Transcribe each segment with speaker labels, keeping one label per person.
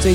Speaker 1: 最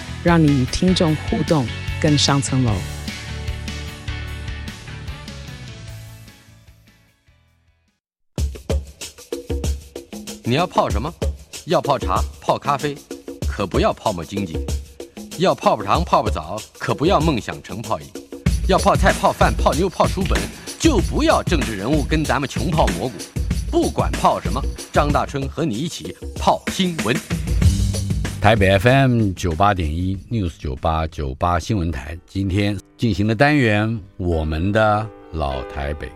Speaker 1: 让你与听众互动更上层楼。
Speaker 2: 你要泡什么？要泡茶、泡咖啡，可不要泡沫经济；要泡泡糖、泡泡澡，可不要梦想成泡影；要泡菜、泡饭、泡妞、泡书本，就不要政治人物跟咱们穷泡蘑菇。不管泡什么，张大春和你一起泡新闻。
Speaker 3: 台北 FM 九八点一 News 九八九八新闻台今天进行的单元，我们的老台北。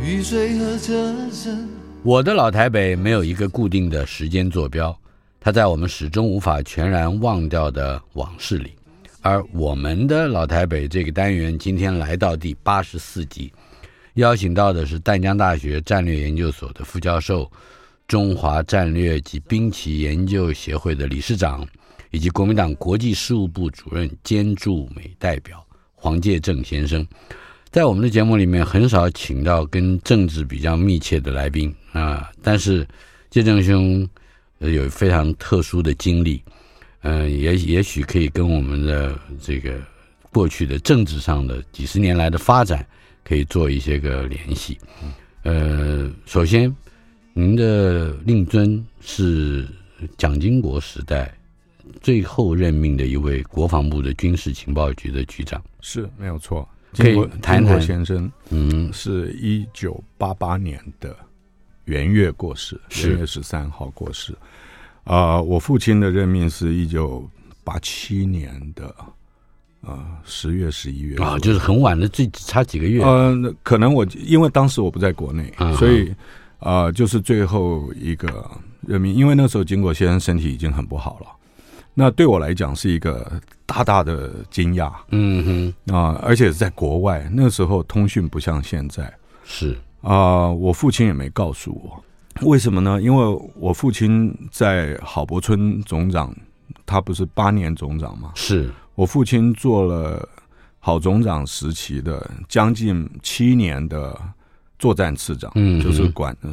Speaker 4: 雨水和车声，
Speaker 3: 我的老台北没有一个固定的时间坐标，它在我们始终无法全然忘掉的往事里。而我们的老台北这个单元今天来到第八十四集，邀请到的是淡江大学战略研究所的副教授、中华战略及兵棋研究协会的理事长，以及国民党国际事务部主任兼驻美代表黄介正先生。在我们的节目里面很少请到跟政治比较密切的来宾啊、但是介正兄呃有非常特殊的经历，嗯、也也许可以跟我们的这个过去的政治上的几十年来的发展可以做一些个联系。呃，首先，您的令尊是蒋经国时代最后任命的一位国防部的军事情报局的局长。
Speaker 5: 是没有错。
Speaker 3: 可以
Speaker 5: 金国
Speaker 3: 谈
Speaker 5: 金国
Speaker 3: 谈
Speaker 5: 先生
Speaker 3: 嗯，
Speaker 5: 是一九八八年的元月过世，
Speaker 3: 是
Speaker 5: 元月十三号过世。啊、我父亲的任命是一九八七年的啊十、10月十一月
Speaker 3: 啊、就是很晚的，最差几个月。
Speaker 5: 呃，那可能我因为当时我不在国内，
Speaker 3: 嗯
Speaker 5: 所以呃，就是最后一个任命，因为那时候金国先生身体已经很不好了，那对我来讲是一个大大的惊讶啊、
Speaker 3: 嗯哼，
Speaker 5: 而且是在国外，那时候通讯不像现在
Speaker 3: 是
Speaker 5: 啊、我父亲也没告诉我，为什么呢？因为我父亲在郝柏村总长，他不是八年总长吗？
Speaker 3: 是，
Speaker 5: 我父亲做了郝总长时期的将近七年的作战次长，
Speaker 3: 嗯
Speaker 5: 就是管，呃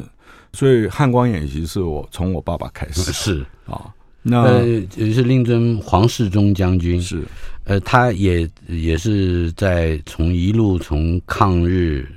Speaker 5: 所以汉光演习是我从我爸爸开始
Speaker 3: 是，
Speaker 5: 啊，那
Speaker 3: 呃，也是令尊黄世忠将军，
Speaker 5: 是
Speaker 3: 呃，他也也是在从一路从抗日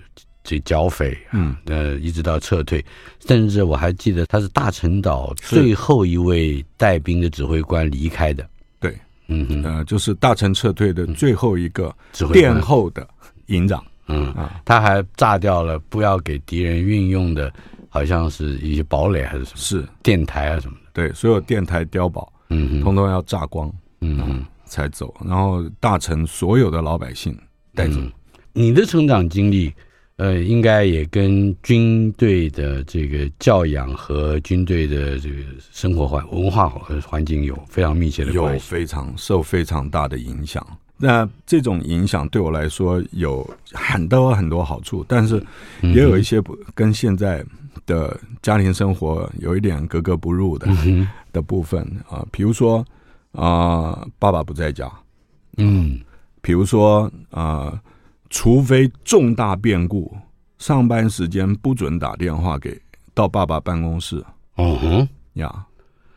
Speaker 3: 这剿匪，
Speaker 5: 嗯
Speaker 3: 呃，一直到撤退，甚至我还记得他是大陈岛
Speaker 5: 是
Speaker 3: 最后一位带兵的指挥官离开的，
Speaker 5: 对，
Speaker 3: 嗯哼，
Speaker 5: 呃，就是大陈撤退
Speaker 3: 嗯
Speaker 5: 的最后一个
Speaker 3: 指挥
Speaker 5: 殿
Speaker 3: 官，
Speaker 5: 后的营长，
Speaker 3: 嗯
Speaker 5: 啊，
Speaker 3: 他还炸掉了不要给敌人运用的，好像是一些堡垒还是什么
Speaker 5: 是
Speaker 3: 电台啊什么的，
Speaker 5: 对所有电台碉堡
Speaker 3: 嗯哼，
Speaker 5: 通通要炸光
Speaker 3: 嗯哼。
Speaker 5: 才走，然后大陈所有的老百姓带走，
Speaker 3: 嗯你的成长经历，呃，应该也跟军队的这个教养和军队的这个生活环文化和环境有非常密切的
Speaker 5: 有
Speaker 3: 关系。
Speaker 5: 非常受非常大的影响。那这种影响对我来说有很多很多好处，但是
Speaker 3: 嗯
Speaker 5: 也有一些不跟现在的家庭生活有一点格格不入的、
Speaker 3: 嗯哼
Speaker 5: 的部分啊、比如说啊、爸爸不在家，
Speaker 3: 嗯
Speaker 5: 比如说啊、除非重大变故，上班时间不准打电话给到爸爸办公室
Speaker 3: 哦哼
Speaker 5: 呀。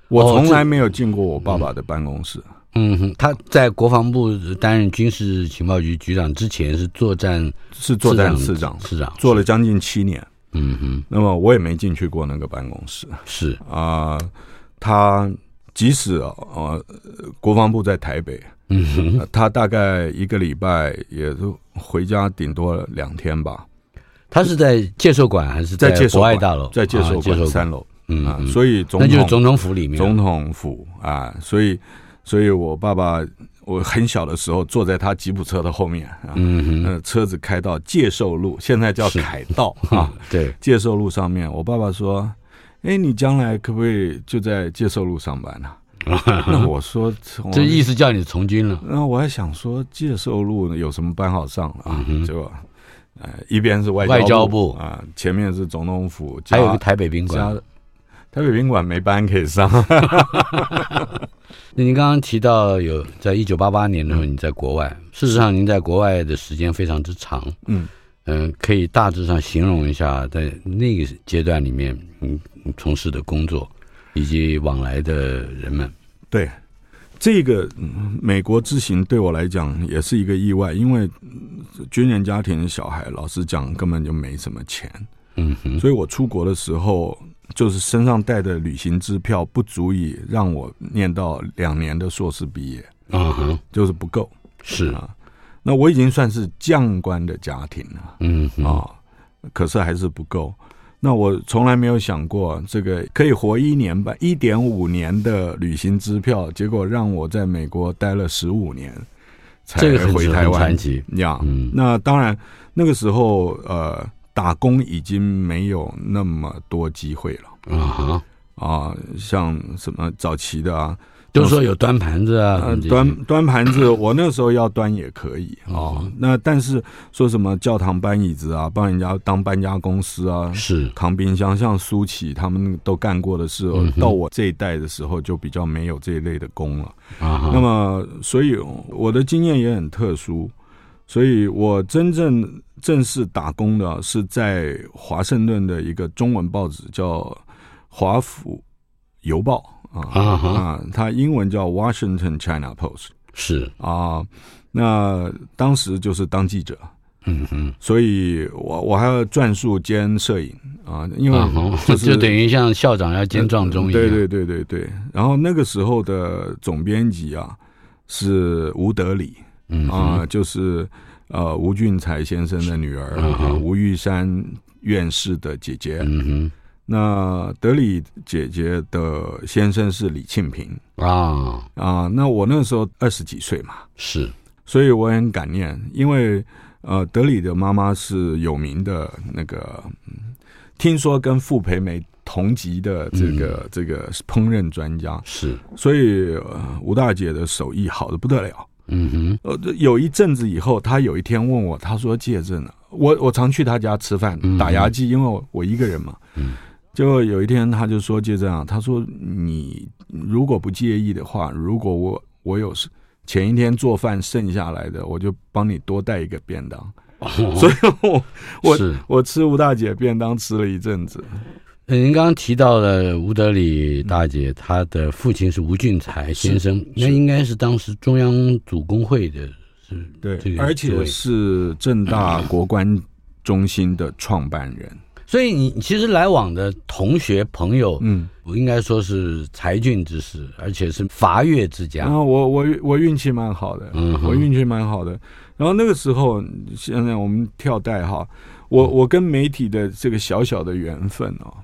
Speaker 5: 我
Speaker 3: 哦
Speaker 5: 从
Speaker 3: 这
Speaker 5: 来没有进过我爸爸的办公室，
Speaker 3: 嗯哼，他在国防部担任军事情报局局长之前是作战
Speaker 5: 是作战次长
Speaker 3: 次长
Speaker 5: 做了将近七年，
Speaker 3: 嗯
Speaker 5: 那么我也没进去过那个办公室
Speaker 3: 哼是
Speaker 5: 啊、他即使呃，国防部在台北，
Speaker 3: 嗯哼，
Speaker 5: 呃他大概一个礼拜也就回家顶多两天吧，
Speaker 3: 他是在介寿馆还是
Speaker 5: 在介
Speaker 3: 国
Speaker 5: 寿
Speaker 3: 外
Speaker 5: 馆
Speaker 3: 大楼？
Speaker 5: 在介
Speaker 3: 啊
Speaker 5: 寿
Speaker 3: 介
Speaker 5: 馆
Speaker 3: 寿
Speaker 5: 三楼
Speaker 3: 嗯
Speaker 5: 啊，
Speaker 3: 嗯
Speaker 5: 所以总
Speaker 3: 那
Speaker 5: 统
Speaker 3: 就是总统府里面，
Speaker 5: 总统府啊，所以所以我爸爸我很小的时候坐在他吉普车的后面啊，
Speaker 3: 嗯哼，
Speaker 5: 呃，车子开到界寿路，现在叫
Speaker 3: 是
Speaker 5: 凯 道啊，
Speaker 3: 对，
Speaker 5: 界寿路上面，我爸爸说。哎，你将来可不可以就在界寿路上班呢、 那我说，我
Speaker 3: 这意思叫你从军了，
Speaker 5: 那我还想说，介寿路有什么班好上了啊？
Speaker 3: 嗯哼
Speaker 5: 结果，呃，一边是外
Speaker 3: 外交部
Speaker 5: 啊、前面是总统府，
Speaker 3: 还有一
Speaker 5: 加
Speaker 3: 个台北宾馆
Speaker 5: 加。台北宾馆没班可以上。
Speaker 3: 那您刚刚提到有在一九八八年的时候你在国外，事实上您在国外的时间非常之长，
Speaker 5: 嗯，
Speaker 3: 嗯，可以大致上形容一下在那个阶段里面你你从事的工作以及往来的人们。
Speaker 5: 对，这个嗯美国之行对我来讲也是一个意外，因为嗯军人家庭的小孩，老实讲根本就没什么钱，
Speaker 3: 嗯哼，
Speaker 5: 所以我出国的时候。就是身上带的旅行支票不足以让我念到两年的硕士毕业，
Speaker 3: 嗯哼，
Speaker 5: 就是不够。
Speaker 3: 是，
Speaker 5: 啊，那我已经算是将官的家庭了啊、
Speaker 3: 嗯哼，
Speaker 5: 可是还是不够。那我从来没有想过，这个可以活一年半，一点五年的旅行支票，结果让我在美国待了十五年，才
Speaker 3: 这个很
Speaker 5: 回台
Speaker 3: 很
Speaker 5: 湾
Speaker 3: 传。奇。
Speaker 5: 呀、
Speaker 3: 嗯
Speaker 5: 那当然，那个时候呃，打工已经没有那么多机会了
Speaker 3: 啊哈，
Speaker 5: 啊、像什么早期的啊，
Speaker 3: 就是说有端盘子啊，
Speaker 5: 呃
Speaker 3: 什么这些
Speaker 5: 端端盘子， 我那时候要端也可以哦
Speaker 3: 嗯。
Speaker 5: 那但是说什么教堂搬椅子啊，帮人家当搬家公司啊，
Speaker 3: 是
Speaker 5: 扛冰箱，像苏启他们都干过的事哦
Speaker 3: 嗯哼，
Speaker 5: 到我这一代的时候就比较没有这一类的工了。
Speaker 3: 啊哈，
Speaker 5: 那么，所以我的经验也很特殊，所以我真正正式打工的是在华盛顿的一个中文报纸叫《华府邮报》啊。
Speaker 3: 啊哈
Speaker 5: 啊，它英文叫 Washington China Post
Speaker 3: 是，
Speaker 5: 啊。那当时就是当记者，
Speaker 3: 嗯哼，
Speaker 5: 所以我我还要转述兼摄影啊，因为
Speaker 3: 啊哈，
Speaker 5: 就
Speaker 3: 就是等于像校长要兼撞啊钟一样，
Speaker 5: 对对对对对。然后那个时候的总编辑啊是吴德礼
Speaker 3: 嗯
Speaker 5: 啊，
Speaker 3: 哼，
Speaker 5: 就是呃吴俊才先生的女儿、
Speaker 3: 嗯
Speaker 5: 啊
Speaker 3: 哼
Speaker 5: 吴玉山院士的姐姐。
Speaker 3: 嗯
Speaker 5: 那德礼姐姐的先生是李庆平
Speaker 3: 哼，啊
Speaker 5: 啊，那我那时候二十几岁嘛。
Speaker 3: 是，
Speaker 5: 所以我很感念，因为呃，德里的妈妈是有名的那个，嗯听说跟傅培梅同级的这个、
Speaker 3: 嗯
Speaker 5: 这个烹饪专家，
Speaker 3: 是，
Speaker 5: 所以、呃、吴大姐的手艺好的不得了。
Speaker 3: 嗯哼，
Speaker 5: 呃，有一阵子以后，她有一天问我，她说戒症了、我我常去她家吃饭
Speaker 3: 嗯
Speaker 5: 打牙祭，因为我我一个人嘛。
Speaker 3: 嗯
Speaker 5: 结果有一天，她就说戒症啊，她说你如果不介意的话，如果我我有事前一天做饭剩下来的，我就帮你多带一个便当。 所以我我
Speaker 3: 哦是，
Speaker 5: 我吃吴大姐便当吃了一阵子，
Speaker 3: 呃您刚刚提到了吴德礼大姐，她的父亲是吴俊才先生，那应该是当时中央组工会的，是这
Speaker 5: 对，
Speaker 3: 个
Speaker 5: 而
Speaker 3: 这
Speaker 5: 且
Speaker 3: 位
Speaker 5: 是正大国关中心的创办人。
Speaker 3: 所以你其实来往的同学朋友，
Speaker 5: 嗯，
Speaker 3: 我应该说是才俊之士，而且是伐越之家
Speaker 5: 然。后我我我运气蛮好的，
Speaker 3: 嗯哼
Speaker 5: 我运气蛮好的。然后那个时候，现在我们跳带哈，我
Speaker 3: 嗯
Speaker 5: 我跟媒体的这个小小的缘分哦，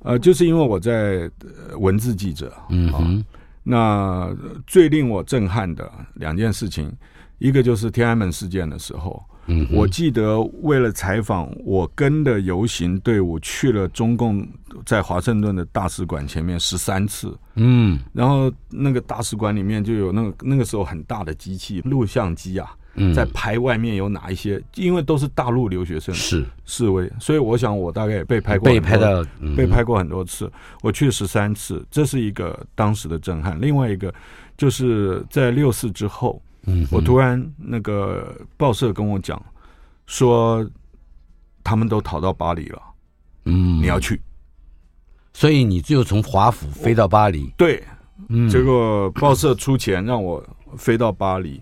Speaker 5: 呃，就是因为我在呃文字记者，哦
Speaker 3: 嗯哼，
Speaker 5: 那最令我震撼的两件事情，一个就是天安门事件的时候，
Speaker 3: 嗯哼，
Speaker 5: 我记得为了采访，我跟的游行队伍去了中共在华盛顿的大使馆前面十三次，
Speaker 3: 嗯
Speaker 5: 然后那个大使馆里面就有那个那个时候很大的机器录像机啊，
Speaker 3: 嗯，
Speaker 5: 在拍外面有哪一些，因为都是大陆留学生
Speaker 3: 是
Speaker 5: 示威，所以我想我大概也被拍过
Speaker 3: 被
Speaker 5: 很多
Speaker 3: 拍到嗯哼
Speaker 5: 被拍过很多次，我去十三次，这是一个当时的震撼。另外一个就是在六四之后，
Speaker 3: 嗯哼，
Speaker 5: 我突然那个报社跟我讲说，他们都逃到巴黎了，
Speaker 3: 嗯
Speaker 5: 你要，去？
Speaker 3: 所以你就从华府飞到巴黎，
Speaker 5: 对，
Speaker 3: 嗯，
Speaker 5: 结果报社出钱让我飞到巴黎。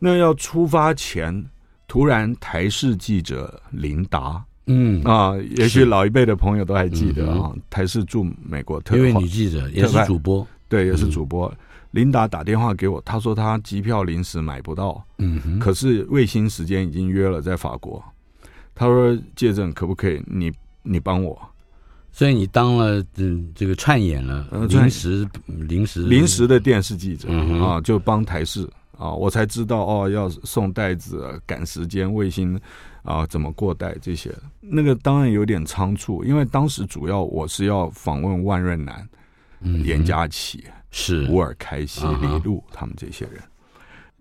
Speaker 5: 那要出发前，突然台视记者林达
Speaker 3: 嗯，
Speaker 5: 啊，也许老一辈的朋友都还记得啊，台视驻美国特
Speaker 3: 一位
Speaker 5: 派
Speaker 3: 女记者也
Speaker 5: 特
Speaker 3: 是
Speaker 5: 派
Speaker 3: 主播，
Speaker 5: 对，也是主播。
Speaker 3: 嗯
Speaker 5: 琳达打电话给我，她说她机票临时买不到，
Speaker 3: 嗯哼，
Speaker 5: 可是卫星时间已经约了在法国。她说：“介正可不可以你你帮我？
Speaker 3: 所以你当了嗯这个串演了，
Speaker 5: 呃串
Speaker 3: 临时临时
Speaker 5: 临时的电视记者、
Speaker 3: 嗯哼
Speaker 5: 啊，就帮台视啊，我才知道哦，要送袋子、赶时间、卫星啊，怎么过带这些。那个当然有点仓促，因为当时主要我是要访问万润南、
Speaker 3: 嗯哼
Speaker 5: 严家琪、
Speaker 3: 是
Speaker 5: 吴尔开西、
Speaker 3: 嗯哼
Speaker 5: 李路他们这些人。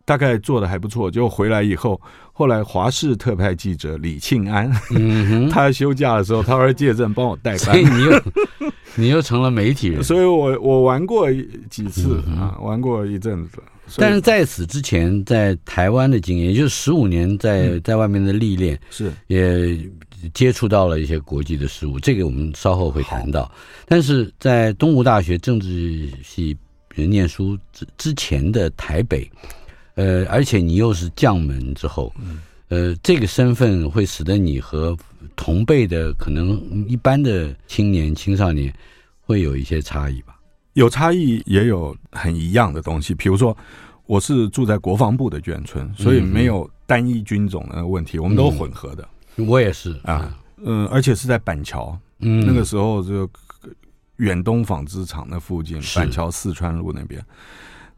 Speaker 5: 大概做的还不错，结果回来以后，后来华视特派记者李庆安，
Speaker 3: 嗯哼，
Speaker 5: 他休假的时候，他说借证帮我代
Speaker 3: 所以
Speaker 5: 班，
Speaker 3: 你又 你又成了媒体人，
Speaker 5: 哎所以我我玩过几次
Speaker 3: 嗯哼
Speaker 5: 啊，玩过一阵子。所以
Speaker 3: 但是在此之前，在台湾的经验，也就是十五年在
Speaker 5: 嗯
Speaker 3: 在外面的历练，
Speaker 5: 是
Speaker 3: 也接触到了一些国际的事务，这个我们稍后会谈到。但是在东吴大学政治系念书之之前的台北，呃，而且你又是将门之后，
Speaker 5: 嗯
Speaker 3: 呃，这个身份会使得你和同辈的可能一般的青年青少年会有一些差异吧？
Speaker 5: 有差异，也有很一样的东西。比如说，我是住在国防部的眷村，所以
Speaker 3: 嗯
Speaker 5: 没有单一军种的问题，我们都混合的
Speaker 3: 我也是
Speaker 5: 啊，。嗯，而且是在板桥，
Speaker 3: 嗯，
Speaker 5: 那个时候就远东纺织厂那附近，
Speaker 3: 是
Speaker 5: 板桥四川路那边。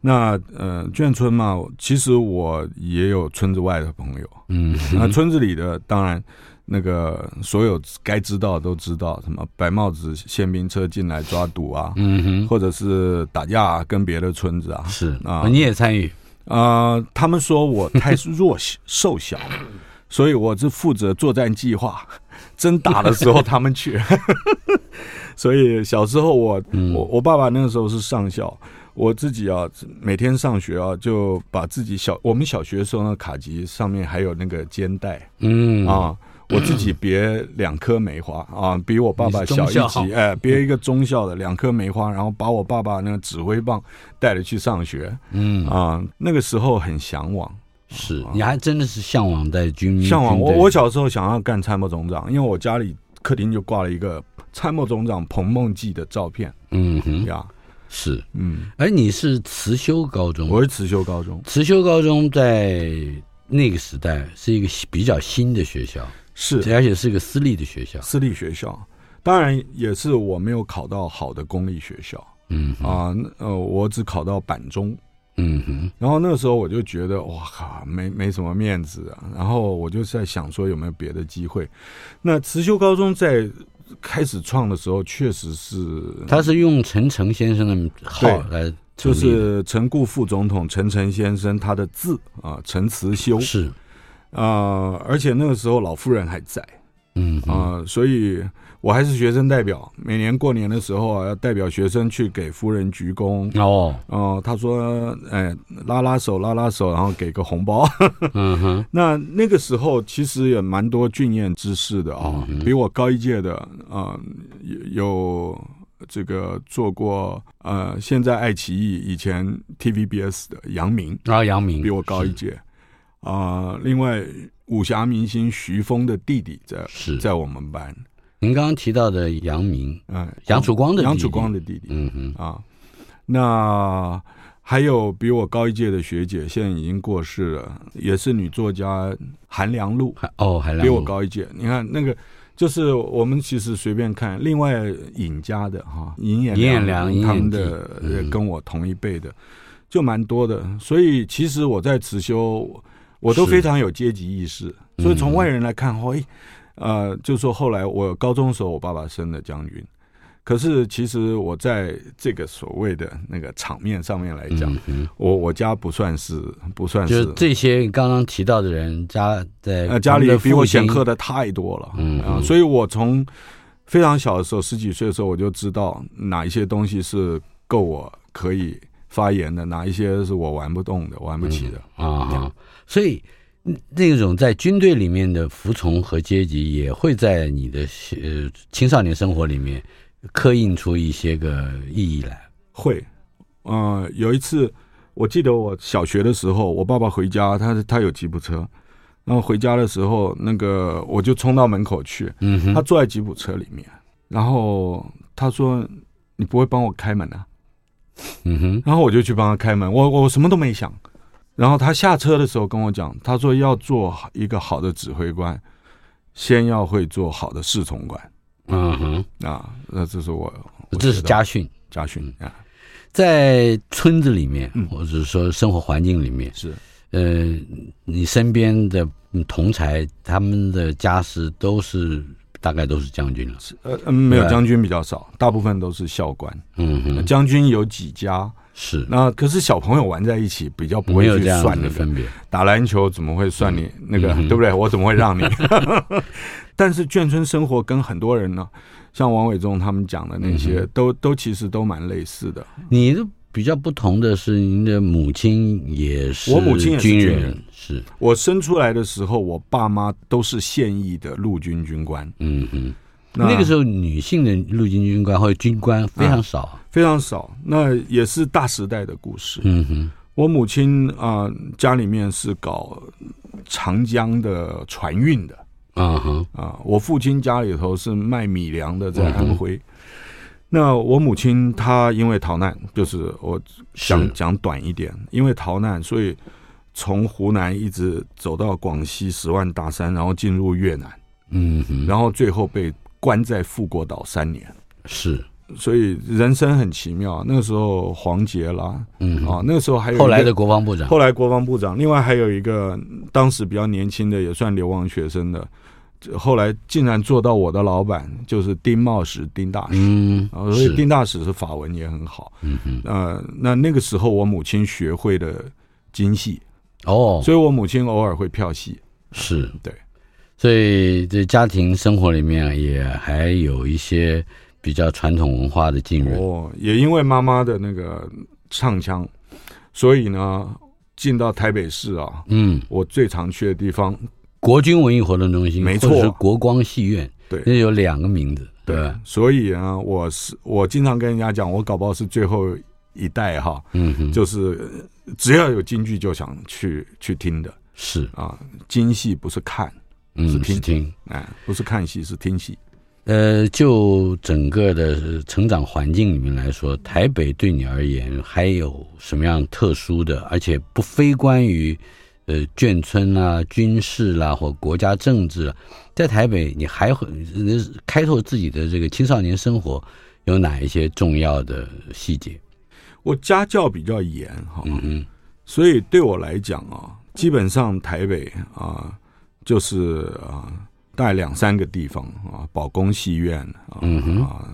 Speaker 5: 那呃，眷村嘛，其实我也有村子外的朋友，
Speaker 3: 嗯，
Speaker 5: 那村子里的当然，那个所有该知道的都知道，什么白帽子宪兵车进来抓赌啊，
Speaker 3: 嗯
Speaker 5: 或者是打架、跟别的村子啊
Speaker 3: 哼，，是哦
Speaker 5: 啊
Speaker 3: 你也参与，
Speaker 5: 啊，他们说我太弱小瘦小，所以我是负责作战计划，真打的时候他们去。 所以小时候我我我爸爸那个时候是上校，我自己啊每天上学啊就把自己小我们小学的时候那卡级上面还有那个肩带，
Speaker 3: 嗯，
Speaker 5: 啊，我自己别两颗梅花啊，比我爸爸
Speaker 3: 你是中
Speaker 5: 小
Speaker 3: 校
Speaker 5: 一级，哎，别一个中校的两颗梅花，然后把我爸爸那个指挥棒带着去上学
Speaker 3: 嗯
Speaker 5: 啊。那个时候很向往，
Speaker 3: 是，你还真的是向往在军
Speaker 5: 啊向往。
Speaker 3: 军
Speaker 5: 我
Speaker 3: 队
Speaker 5: 我小时候想要干参谋总长，因为我家里客厅就挂了一个参谋总长彭梦记的照片
Speaker 3: 嗯哼
Speaker 5: 呀。
Speaker 3: 是，
Speaker 5: 嗯，
Speaker 3: 而哎你是慈修高中，
Speaker 5: 我是慈修高中，
Speaker 3: 慈修高中在那个时代是一个比较新的学校，
Speaker 5: 是
Speaker 3: 而且是个私立的学校，
Speaker 5: 私立学校，当然也是我没有考到好的公立学校
Speaker 3: 嗯哼
Speaker 5: 啊，那呃，我只考到板中。
Speaker 3: 嗯哼
Speaker 5: 然后那个时候我就觉得，哇靠，没没什么面子啊。然后我就在想说有没有别的机会。那慈修高中在开始创的时候，确实是，
Speaker 3: 他是用陈诚先生的号来成
Speaker 5: 就
Speaker 3: 立的，
Speaker 5: 是陈顾副总统陈诚先生他的字啊，陈慈修
Speaker 3: 是，
Speaker 5: 啊、而且那个时候老夫人还在
Speaker 3: 嗯哼
Speaker 5: 啊、所以我还是学生代表，每年过年的时候啊，要代表学生去给夫人鞠躬。
Speaker 3: 哦，
Speaker 5: 哦、他说，哎，拉拉手，拉拉手，然后给个红包。
Speaker 3: 嗯哼，
Speaker 5: 那那个时候其实也蛮多俊彦之士的啊、
Speaker 3: 嗯哼
Speaker 5: 比我高一届的啊、有有这个做过呃，现在爱奇艺以前 TVBS 的杨明，
Speaker 3: 然后啊杨明
Speaker 5: 比我高一届啊、另外，武侠明星徐峰的弟弟在
Speaker 3: 是，是
Speaker 5: 在我们班，
Speaker 3: 您刚刚提到的杨明，
Speaker 5: 嗯、
Speaker 3: 杨楚光的
Speaker 5: 杨
Speaker 3: 弟弟
Speaker 5: 楚光，的弟弟，
Speaker 3: 嗯哼，
Speaker 5: 啊，那还有比我高一届的学姐，现在已经过世了，也是女作家韩良露，
Speaker 3: 还哦还来
Speaker 5: 比我，高一届。你看那个，就是我们其实随便看，另外尹家的哈，尹衍
Speaker 3: 尹衍良尹
Speaker 5: 他们
Speaker 3: 衍
Speaker 5: 的
Speaker 3: 弟嗯
Speaker 5: 呃跟我同一辈的，就蛮多的。所以其实我在慈修，我都
Speaker 3: 是
Speaker 5: 非常有阶级意识，所以从
Speaker 3: 嗯
Speaker 5: 外人来看，哦，哎，呃，就说后来我高中的时候，我爸爸升了将军。可是，其实我在这个所谓的那个场面上面来讲，
Speaker 3: 嗯哼。
Speaker 5: 我我家不算是不算
Speaker 3: 就是是这些你刚刚提到的人，家在
Speaker 5: 呃，家
Speaker 3: 他们
Speaker 5: 里
Speaker 3: 的
Speaker 5: 比我
Speaker 3: 父亲
Speaker 5: 显赫的太多了，
Speaker 3: 嗯
Speaker 5: 啊
Speaker 3: 嗯
Speaker 5: 所以我从非常小的时候，十几岁的时候，我就知道哪一些东西是够我可以发言的，哪一些是我玩不动的、玩不起的。
Speaker 3: 啊哈，所以嗯那种在军队里面的服从和阶级，也会在你的呃青少年生活里面刻印出一些个意义来。
Speaker 5: 会，呃，有一次我记得我小学的时候，我爸爸回家，他他有吉普车，然后回家的时候，那个我就冲到门口去，
Speaker 3: 嗯
Speaker 5: 他
Speaker 3: 哼，
Speaker 5: 坐在吉普车里面，然后他说：“你不会帮我开门啊？”
Speaker 3: 嗯哼，
Speaker 5: 然后我就去帮他开门，我我什么都没想。然后他下车的时候跟我讲，他说要做一个好的指挥官，先要会做好的侍从官。
Speaker 3: 嗯哼，
Speaker 5: 啊，那这是我，我
Speaker 3: 这是
Speaker 5: 学到
Speaker 3: 家训。
Speaker 5: 家训啊，
Speaker 3: 在村子里面
Speaker 5: 嗯，
Speaker 3: 或者说生活环境里面，
Speaker 5: 是
Speaker 3: 呃，你身边的同才，他们的家师都是大概都是将军了。
Speaker 5: 呃嗯，没有
Speaker 3: 对
Speaker 5: 将军比较少，大部分都是校官，
Speaker 3: 嗯哼，
Speaker 5: 将军有几家，
Speaker 3: 是
Speaker 5: 那可是小朋友玩在一起比较不会
Speaker 3: 没有
Speaker 5: 去
Speaker 3: 这样
Speaker 5: 算
Speaker 3: 子
Speaker 5: 那
Speaker 3: 的
Speaker 5: 个
Speaker 3: 分别。
Speaker 5: 打篮球怎么会算你那个，
Speaker 3: 嗯
Speaker 5: 对不对？我怎么 会让你？ 但是眷村生活跟很多人呢，像王伟忠他们讲的那
Speaker 3: 嗯
Speaker 5: 些，都都其实都蛮类似的。
Speaker 3: 你的比较不同的是，您的母亲也是
Speaker 5: 我母亲也是
Speaker 3: 军
Speaker 5: 军
Speaker 3: 人
Speaker 5: 人，
Speaker 3: 是
Speaker 5: 我生出来的时候，我爸妈都是现役的陆军军官，
Speaker 3: 嗯哼。那个时
Speaker 5: 候
Speaker 3: 候，女性的陆军军官或者军官非常少啊。
Speaker 5: 非常少，那也是大时代的故事。
Speaker 3: 嗯哼，
Speaker 5: 我母亲啊、家里面是搞长江的船运的，
Speaker 3: 啊哈，
Speaker 5: 啊，我父亲家里头是卖米粮的，
Speaker 3: 嗯
Speaker 5: 在安徽。那我母亲她因为逃难，就是我讲
Speaker 3: 是
Speaker 5: 讲短一点，因为逃难，所以从湖南一直走到广西十万大山，然后进入越南，
Speaker 3: 嗯哼，
Speaker 5: 然后最后被关在富国岛三年。
Speaker 3: 是，
Speaker 5: 所以人生很奇妙。那时候黄杰啦，
Speaker 3: 嗯哼
Speaker 5: 啊，那时候还有一个
Speaker 3: 后来的国防部长，
Speaker 5: 后来国防部长，另外还有一个当时比较年轻的，也算流亡学生的，这后来竟然做到我的老板，就是丁茂时丁大使。
Speaker 3: 嗯
Speaker 5: 啊，，所以
Speaker 3: 是，
Speaker 5: 丁大使是法文也很好。
Speaker 3: 嗯哼，
Speaker 5: 呃，那那个时候我母亲学会了京戏，
Speaker 3: 哦，
Speaker 5: 所以我母亲偶尔会票戏。
Speaker 3: 是
Speaker 5: 对，
Speaker 3: 所以这家庭生活里面也还有一些比较传统文化的浸润。
Speaker 5: 哦，也因为妈妈的那个唱腔，所以呢，进到台北市啊，
Speaker 3: 嗯，
Speaker 5: 我最常去的地方，
Speaker 3: 国军文艺活动中心，
Speaker 5: 没
Speaker 3: 或者
Speaker 5: 错
Speaker 3: 是国光戏院，
Speaker 5: 对
Speaker 3: 那有两个名字，对吧？
Speaker 5: 所以啊，我是我经常跟人家讲，我搞不好是最后一代哈，
Speaker 3: 嗯哼，
Speaker 5: 就是呃只要有京剧就想去去听的
Speaker 3: 是，
Speaker 5: 啊。京戏不是看，
Speaker 3: 嗯，
Speaker 5: 是
Speaker 3: 是
Speaker 5: 听
Speaker 3: 听。
Speaker 5: 哎，不是看戏，是听戏。
Speaker 3: 呃，就整个的成长环境里面来说，台北对你而言还有什么样特殊的，而且不非关于呃眷村啊、军事啦、或国家政治、啊，在台北你还会呃开拓自己的这个青少年生活，有哪一些重要的细节？
Speaker 5: 我家教比较严哈，
Speaker 3: 嗯哼，
Speaker 5: 所以对我来讲啊，基本上台北啊，就是啊，大概两三个地方啊，保公戏院啊，
Speaker 3: 嗯哼
Speaker 5: 啊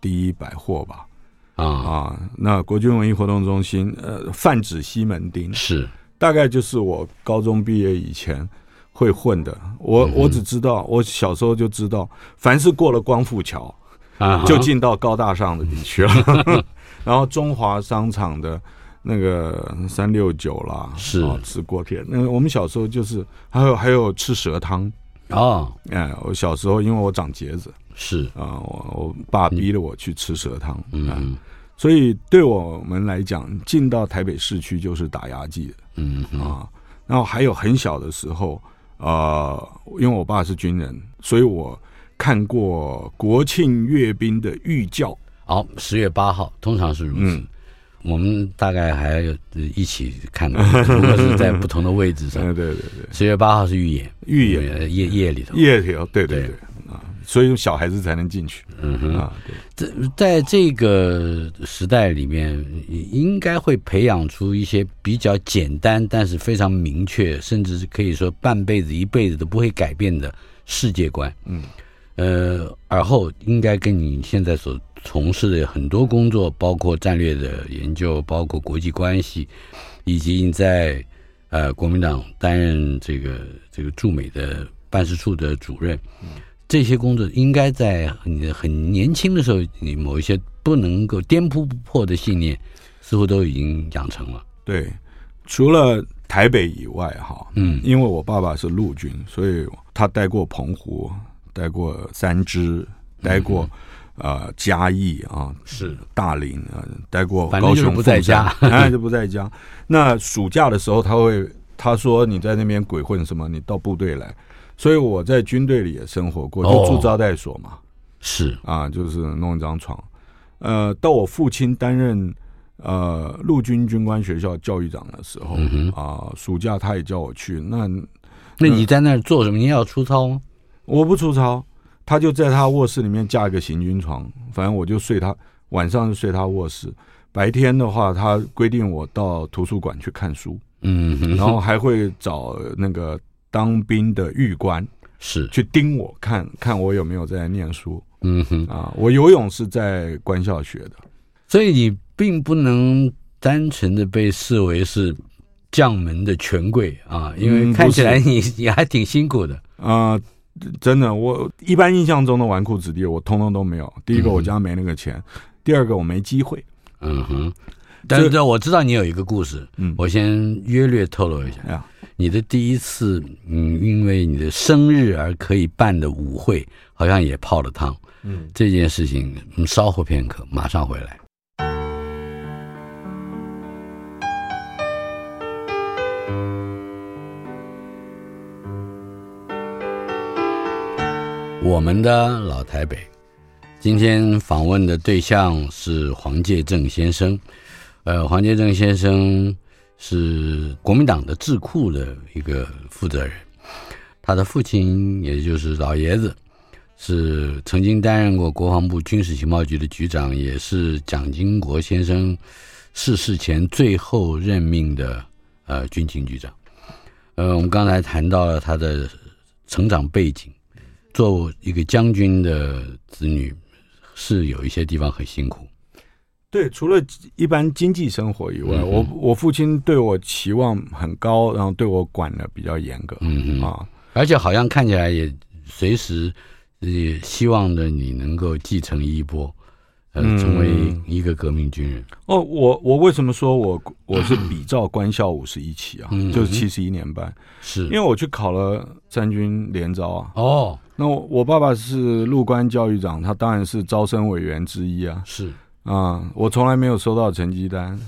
Speaker 5: 第一百货吧
Speaker 3: 啊，
Speaker 5: 啊，那国军文艺活动中心呃，泛指西门町。
Speaker 3: 是，
Speaker 5: 大概就是我高中毕业以前会混的。我
Speaker 3: 嗯哼
Speaker 5: 我只知道，我小时候就知道，凡是过了光复桥，
Speaker 3: 啊，
Speaker 5: 就进到高大上的地 区了。然后中华商场的那个三六九啦，
Speaker 3: 是
Speaker 5: 啊吃锅贴。那个我们小时候就是还有还有吃蛇汤。
Speaker 3: 哦，
Speaker 5: 哎，我小时候因为我长疖子
Speaker 3: 是，
Speaker 5: 啊，我我爸逼着我去吃蛇汤，
Speaker 3: 嗯
Speaker 5: 哎
Speaker 3: 哼
Speaker 5: 所以对我们来讲，进到台北市区就是打牙祭的。
Speaker 3: 嗯哼，
Speaker 5: 啊。然后还有很小的时候，呃，因为我爸是军人，所以我看过国庆阅兵的预教。
Speaker 3: 好，十月八号通常是如此。
Speaker 5: 嗯，
Speaker 3: 我们大概还有呃一起看过，如果是在不同的位置 上
Speaker 5: 嗯对。对对对，
Speaker 3: 十月八号是预演，
Speaker 5: 呃预演
Speaker 3: 呃夜夜里头。
Speaker 5: 夜游，对对
Speaker 3: 对
Speaker 5: 对啊，所以小孩子才能进去
Speaker 3: 嗯哼，
Speaker 5: 啊。对，
Speaker 3: 这在这个时代里面，应该会培养出一些比较简单，但是非常明确，甚至是可以说半辈子、一辈子都不会改变的世界观。
Speaker 5: 嗯，
Speaker 3: 呃，而后应该跟你现在所从事的很多工作，包括战略的研究，包括国际关系，以及你在呃国民党担任这个这个驻美的办事处的主任，这些工作应该在你的很年轻的时候，你某一些不能够颠扑不破的信念，似乎都已经养成了。
Speaker 5: 对，除了台北以外哈，
Speaker 3: 嗯
Speaker 5: 因为我爸爸是陆军，所以他待过澎湖，待过三芝，待过、呃嘉义啊，
Speaker 3: 嗯是
Speaker 5: 大林啊、呃待过
Speaker 3: 反正
Speaker 5: 高
Speaker 3: 就是
Speaker 5: 雄
Speaker 3: 不在
Speaker 5: 凤山
Speaker 3: 家
Speaker 5: 哎，就不在家。那暑假的时候，他会他说你在那边鬼混什么？你到部队来。所以我在军队里也生活过，
Speaker 3: 哦
Speaker 5: 就住招待所嘛，
Speaker 3: 是，
Speaker 5: 啊，就是弄一张床。呃，到我父亲担任呃陆军军官学校教育长的时候，
Speaker 3: 嗯哼。
Speaker 5: 啊，暑假他也叫我去，那
Speaker 3: 那你在那儿做什么？你也要出操吗？
Speaker 5: 我不出操，他就在他卧室里面架一个行军床，反正我就睡他晚上就睡他卧室，白天的话他规定我到图书馆去看书，
Speaker 3: 嗯哼，
Speaker 5: 然后还会找那个当兵的狱官
Speaker 3: 是，
Speaker 5: 去盯我看看我有没有在念书
Speaker 3: 嗯哼，
Speaker 5: 啊。我游泳是在官校学的，
Speaker 3: 所以你并不能单纯的被视为是将门的权贵啊，因为
Speaker 5: 嗯
Speaker 3: 看起来
Speaker 5: 不
Speaker 3: 你、你还挺辛苦的。
Speaker 5: 啊、真的，我一般印象中的纨绔子弟我通通都没有。第一个
Speaker 3: 嗯
Speaker 5: 我家没那个钱，第二个我没机会，
Speaker 3: 嗯哼，但是我知道你有一个故事，
Speaker 5: 嗯，
Speaker 3: 我先约略透露一下。
Speaker 5: 哎呀，
Speaker 3: 你的第一次，嗯，因为你的生日而可以办的舞会，好像也泡了汤。
Speaker 5: 嗯，
Speaker 3: 这件事情，我们稍后片刻，马上回来。我们的老台北，今天访问的对象是黄介正先生。呃，黄介正先生是国民党的智库的一个负责人，他的父亲也就是老爷子，是曾经担任过国防部军事情报局的局长，也是蒋经国先生逝世前最后任命的呃军情局长。呃，我们刚才谈到了他的成长背景，作为一个呃将军的子女，是有一些地方很辛苦。
Speaker 5: 对，除了一般经济生活以外，
Speaker 3: 嗯哼
Speaker 5: 我我父亲对我期望很高，然后对我管的比较严格、
Speaker 3: 嗯哼，
Speaker 5: 啊。
Speaker 3: 而且好像看起来也随时也希望着你能够继承衣钵，呃，
Speaker 5: 嗯
Speaker 3: 成为一个革命军人。
Speaker 5: 哦，我我为什么说我我是比照官校五十一期啊，
Speaker 3: 嗯
Speaker 5: 就是七十一年班，
Speaker 3: 是
Speaker 5: 因为我去考了三军联招啊。
Speaker 3: 哦，
Speaker 5: 那我我爸爸是陆官教育长，他当然是招生委员之一啊。
Speaker 3: 是
Speaker 5: 啊、我从来没有收到成绩单。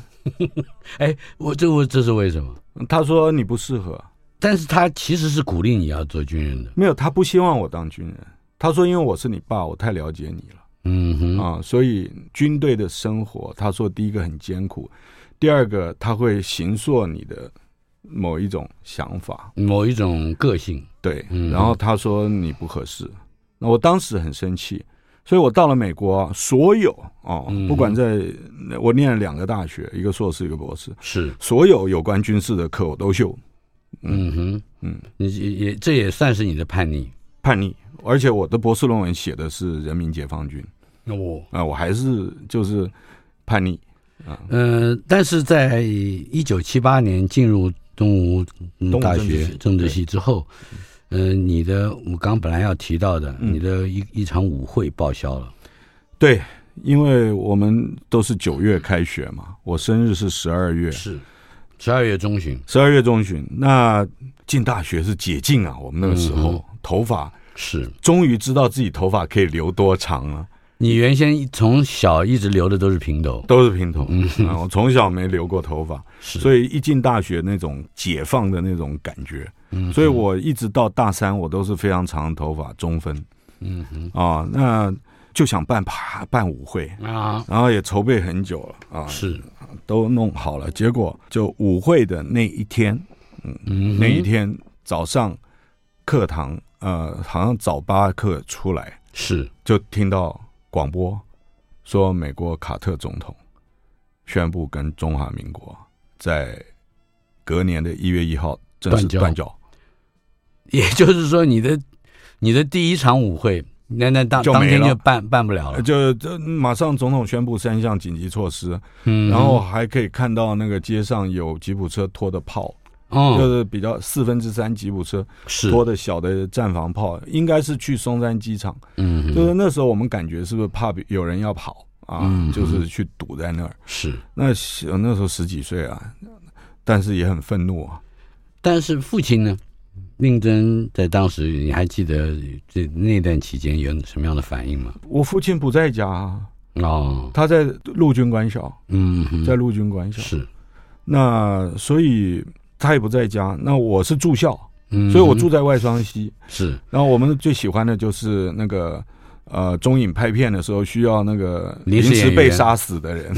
Speaker 3: 哎，我这我这是为什么？
Speaker 5: 他说你不适合，
Speaker 3: 但是他其实是鼓励你要做军人的。
Speaker 5: 没有，他不希望我当军人。他说因为我是你爸，我太了解你了。
Speaker 3: 嗯哼，
Speaker 5: 啊，所以军队的生活，他说第一个很艰苦，第二个他会形塑你的某一种想法，
Speaker 3: 某一种个性。
Speaker 5: 对，
Speaker 3: 嗯
Speaker 5: 然后他说你不合适，那我当时很生气，所以我到了美国，啊所有哦
Speaker 3: 嗯，
Speaker 5: 不管在我念了两个大学，一个硕士，一个博士，
Speaker 3: 是，
Speaker 5: 所有有关军事的课我都修，嗯
Speaker 3: 嗯哼，
Speaker 5: 嗯，
Speaker 3: 你也也这也算是你的叛逆。
Speaker 5: 叛逆，而且我的博士论文写的是人民解放军，
Speaker 3: 哦，
Speaker 5: 啊、我还是就是叛逆，
Speaker 3: 呃，但是在一九七八年进入东吴嗯
Speaker 5: 东吴
Speaker 3: 大
Speaker 5: 政治
Speaker 3: 学
Speaker 5: 系
Speaker 3: 政治系之后，呃，你的我刚本来要提到的，
Speaker 5: 嗯
Speaker 3: 你的一一场舞会报销了。
Speaker 5: 对，因为我们都是九月开学嘛，我生日是十二月，
Speaker 3: 是，十二月中旬。
Speaker 5: 十二月中旬。那进大学是解禁啊，我们那个时候、
Speaker 3: 嗯
Speaker 5: 头发
Speaker 3: 是
Speaker 5: 终于知道自己头发可以留多长了、
Speaker 3: 你原先从小一直留的都是平头，
Speaker 5: 都是平头。啊我从小没留过头发，
Speaker 3: 嗯是，
Speaker 5: 所以一进大学那种解放的那种感觉，
Speaker 3: 以
Speaker 5: 所以我一直到大三我都是非常长的头发，中分
Speaker 3: 嗯哼
Speaker 5: 啊。那就想办啪办舞会，
Speaker 3: 啊
Speaker 5: 然后也筹备很久了啊，
Speaker 3: 是
Speaker 5: 都弄好了，结果就舞会的那一天，
Speaker 3: 嗯哼
Speaker 5: 那一天早上课堂，呃，好像早八课出来
Speaker 3: 是
Speaker 5: 就听到广播说，美国卡特总统宣布跟中华民国在隔年的一月一号正式
Speaker 3: 断交
Speaker 5: 断交，
Speaker 3: 也就是说，你的你的第一场舞会，那那当
Speaker 5: 就
Speaker 3: 当
Speaker 5: 没
Speaker 3: 天
Speaker 5: 了呃
Speaker 3: 就办办不了了。
Speaker 5: 就这马上总统宣布三项紧急措施，
Speaker 3: 啊嗯，
Speaker 5: 然后还可以看到那个街上有吉普车拖的炮，就
Speaker 3: 嗯
Speaker 5: 是比较四分之三吉普车
Speaker 3: 是
Speaker 5: 拖的小的战防炮，应该是去松山机场。
Speaker 3: 嗯
Speaker 5: 就是那时候我们感觉是不是怕有人要跑啊
Speaker 3: 嗯，
Speaker 5: 就是去堵在那儿。
Speaker 3: 是，
Speaker 5: 那时那时候十几岁啊，但是也很愤怒啊。
Speaker 3: 但是父亲呢，令真在当时你还记得这那段期间有什么样的反应吗？
Speaker 5: 我父亲不在家、啊，
Speaker 3: 哦，
Speaker 5: 他在陆军官校，
Speaker 3: 嗯哼，
Speaker 5: 在陆军官校。
Speaker 3: 是，
Speaker 5: 那所以他也不在家。那我是住校，
Speaker 3: 嗯哼，
Speaker 5: 所以我住在外双溪。
Speaker 3: 是
Speaker 5: 然后我们最喜欢的就是那个。呃，中影拍片的时候需要那个
Speaker 3: 临
Speaker 5: 临
Speaker 3: 时演
Speaker 5: 时被
Speaker 3: 员
Speaker 5: 杀死的人，，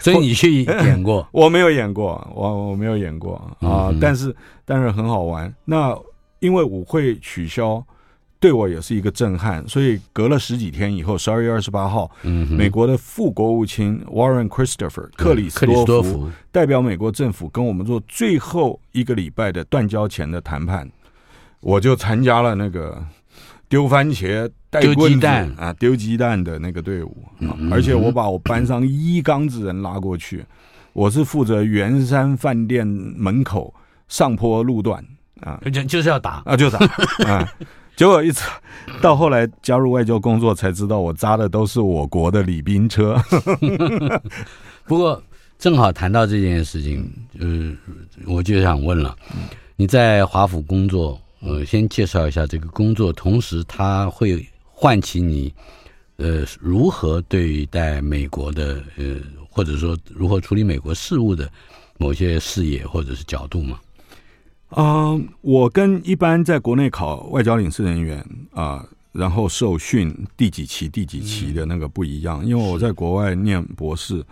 Speaker 3: 所以你去演过
Speaker 5: 我没有演过，我我没有演过啊、
Speaker 3: 嗯哼
Speaker 5: 但是但是很好玩。那因为舞会取消，对我也是一个震撼。所以隔了十几天以后，十二月二十八号，
Speaker 3: 嗯哼，
Speaker 5: 美国的副国务卿 Warren Christopher 克里斯
Speaker 3: 克里斯
Speaker 5: 多
Speaker 3: 多
Speaker 5: 夫
Speaker 3: 夫，
Speaker 5: 代表美国政府跟我们做最后一个礼拜的断交前的谈判，我就参加了那个丢番茄、带
Speaker 3: 丢
Speaker 5: 棍
Speaker 3: 鸡
Speaker 5: 子
Speaker 3: 蛋
Speaker 5: 啊、丢鸡蛋的那个队伍，啊
Speaker 3: 嗯嗯
Speaker 5: 而且我把我班上一缸子人拉过去，我是负责圆山饭店门口上坡路段啊
Speaker 3: 就就是要打，
Speaker 5: 啊 就打啊。结果一直到后来加入外交工作，才知道我扎的都是我国的礼宾车。
Speaker 3: 不过正好谈到这件事情，呃，我就想问了，你在华府工作，呃，先介绍一下这个工作，同时它会唤起你，呃，如何对待美国的，呃，或者说如何处理美国事务的某些视野或者是角度吗？
Speaker 5: 啊、我跟一般在国内考外交领事人员啊、然后受训第几期第几期的那个不一样，因为我在国外念博士，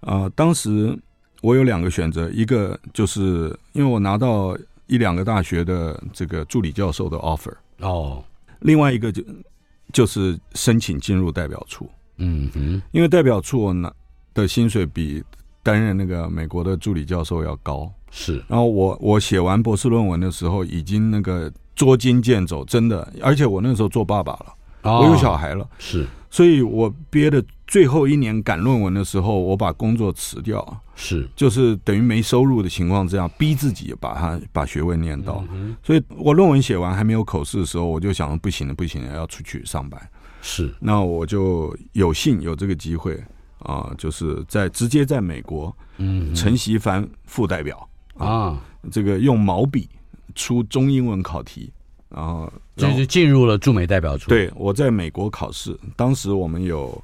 Speaker 5: 啊、当时我有两个选择，一个就是因为我拿到一两个大学的这个助理教授的 offer，
Speaker 3: 哦，
Speaker 5: 另外一个就就是申请进入代表处，
Speaker 3: 嗯哼，
Speaker 5: 因为代表处我拿的薪水比担任那个美国的助理教授要高。
Speaker 3: 是，
Speaker 5: 然后我我写完博士论文的时候，已经那个捉襟见肘，真的。而且我那时候做爸爸了，
Speaker 3: 哦
Speaker 5: 我有小孩了，
Speaker 3: 是
Speaker 5: 所以我憋的最后一年赶论文的时候，我把工作辞掉，
Speaker 3: 是，
Speaker 5: 就是等于没收入的情况之下，逼自己把它把学位念到。所以我论文写完还没有口试的时候，我就想不行了，不行了，要出去上班。
Speaker 3: 是
Speaker 5: 那我就有幸有这个机会啊、就是在直接在美国，嗯，陈锡凡副代表。
Speaker 3: 啊，
Speaker 5: 这个用毛笔出中英文考题，然后
Speaker 3: 这
Speaker 5: 然后
Speaker 3: 就进入了驻美代表处，，
Speaker 5: 对我在美国考试，当时我们有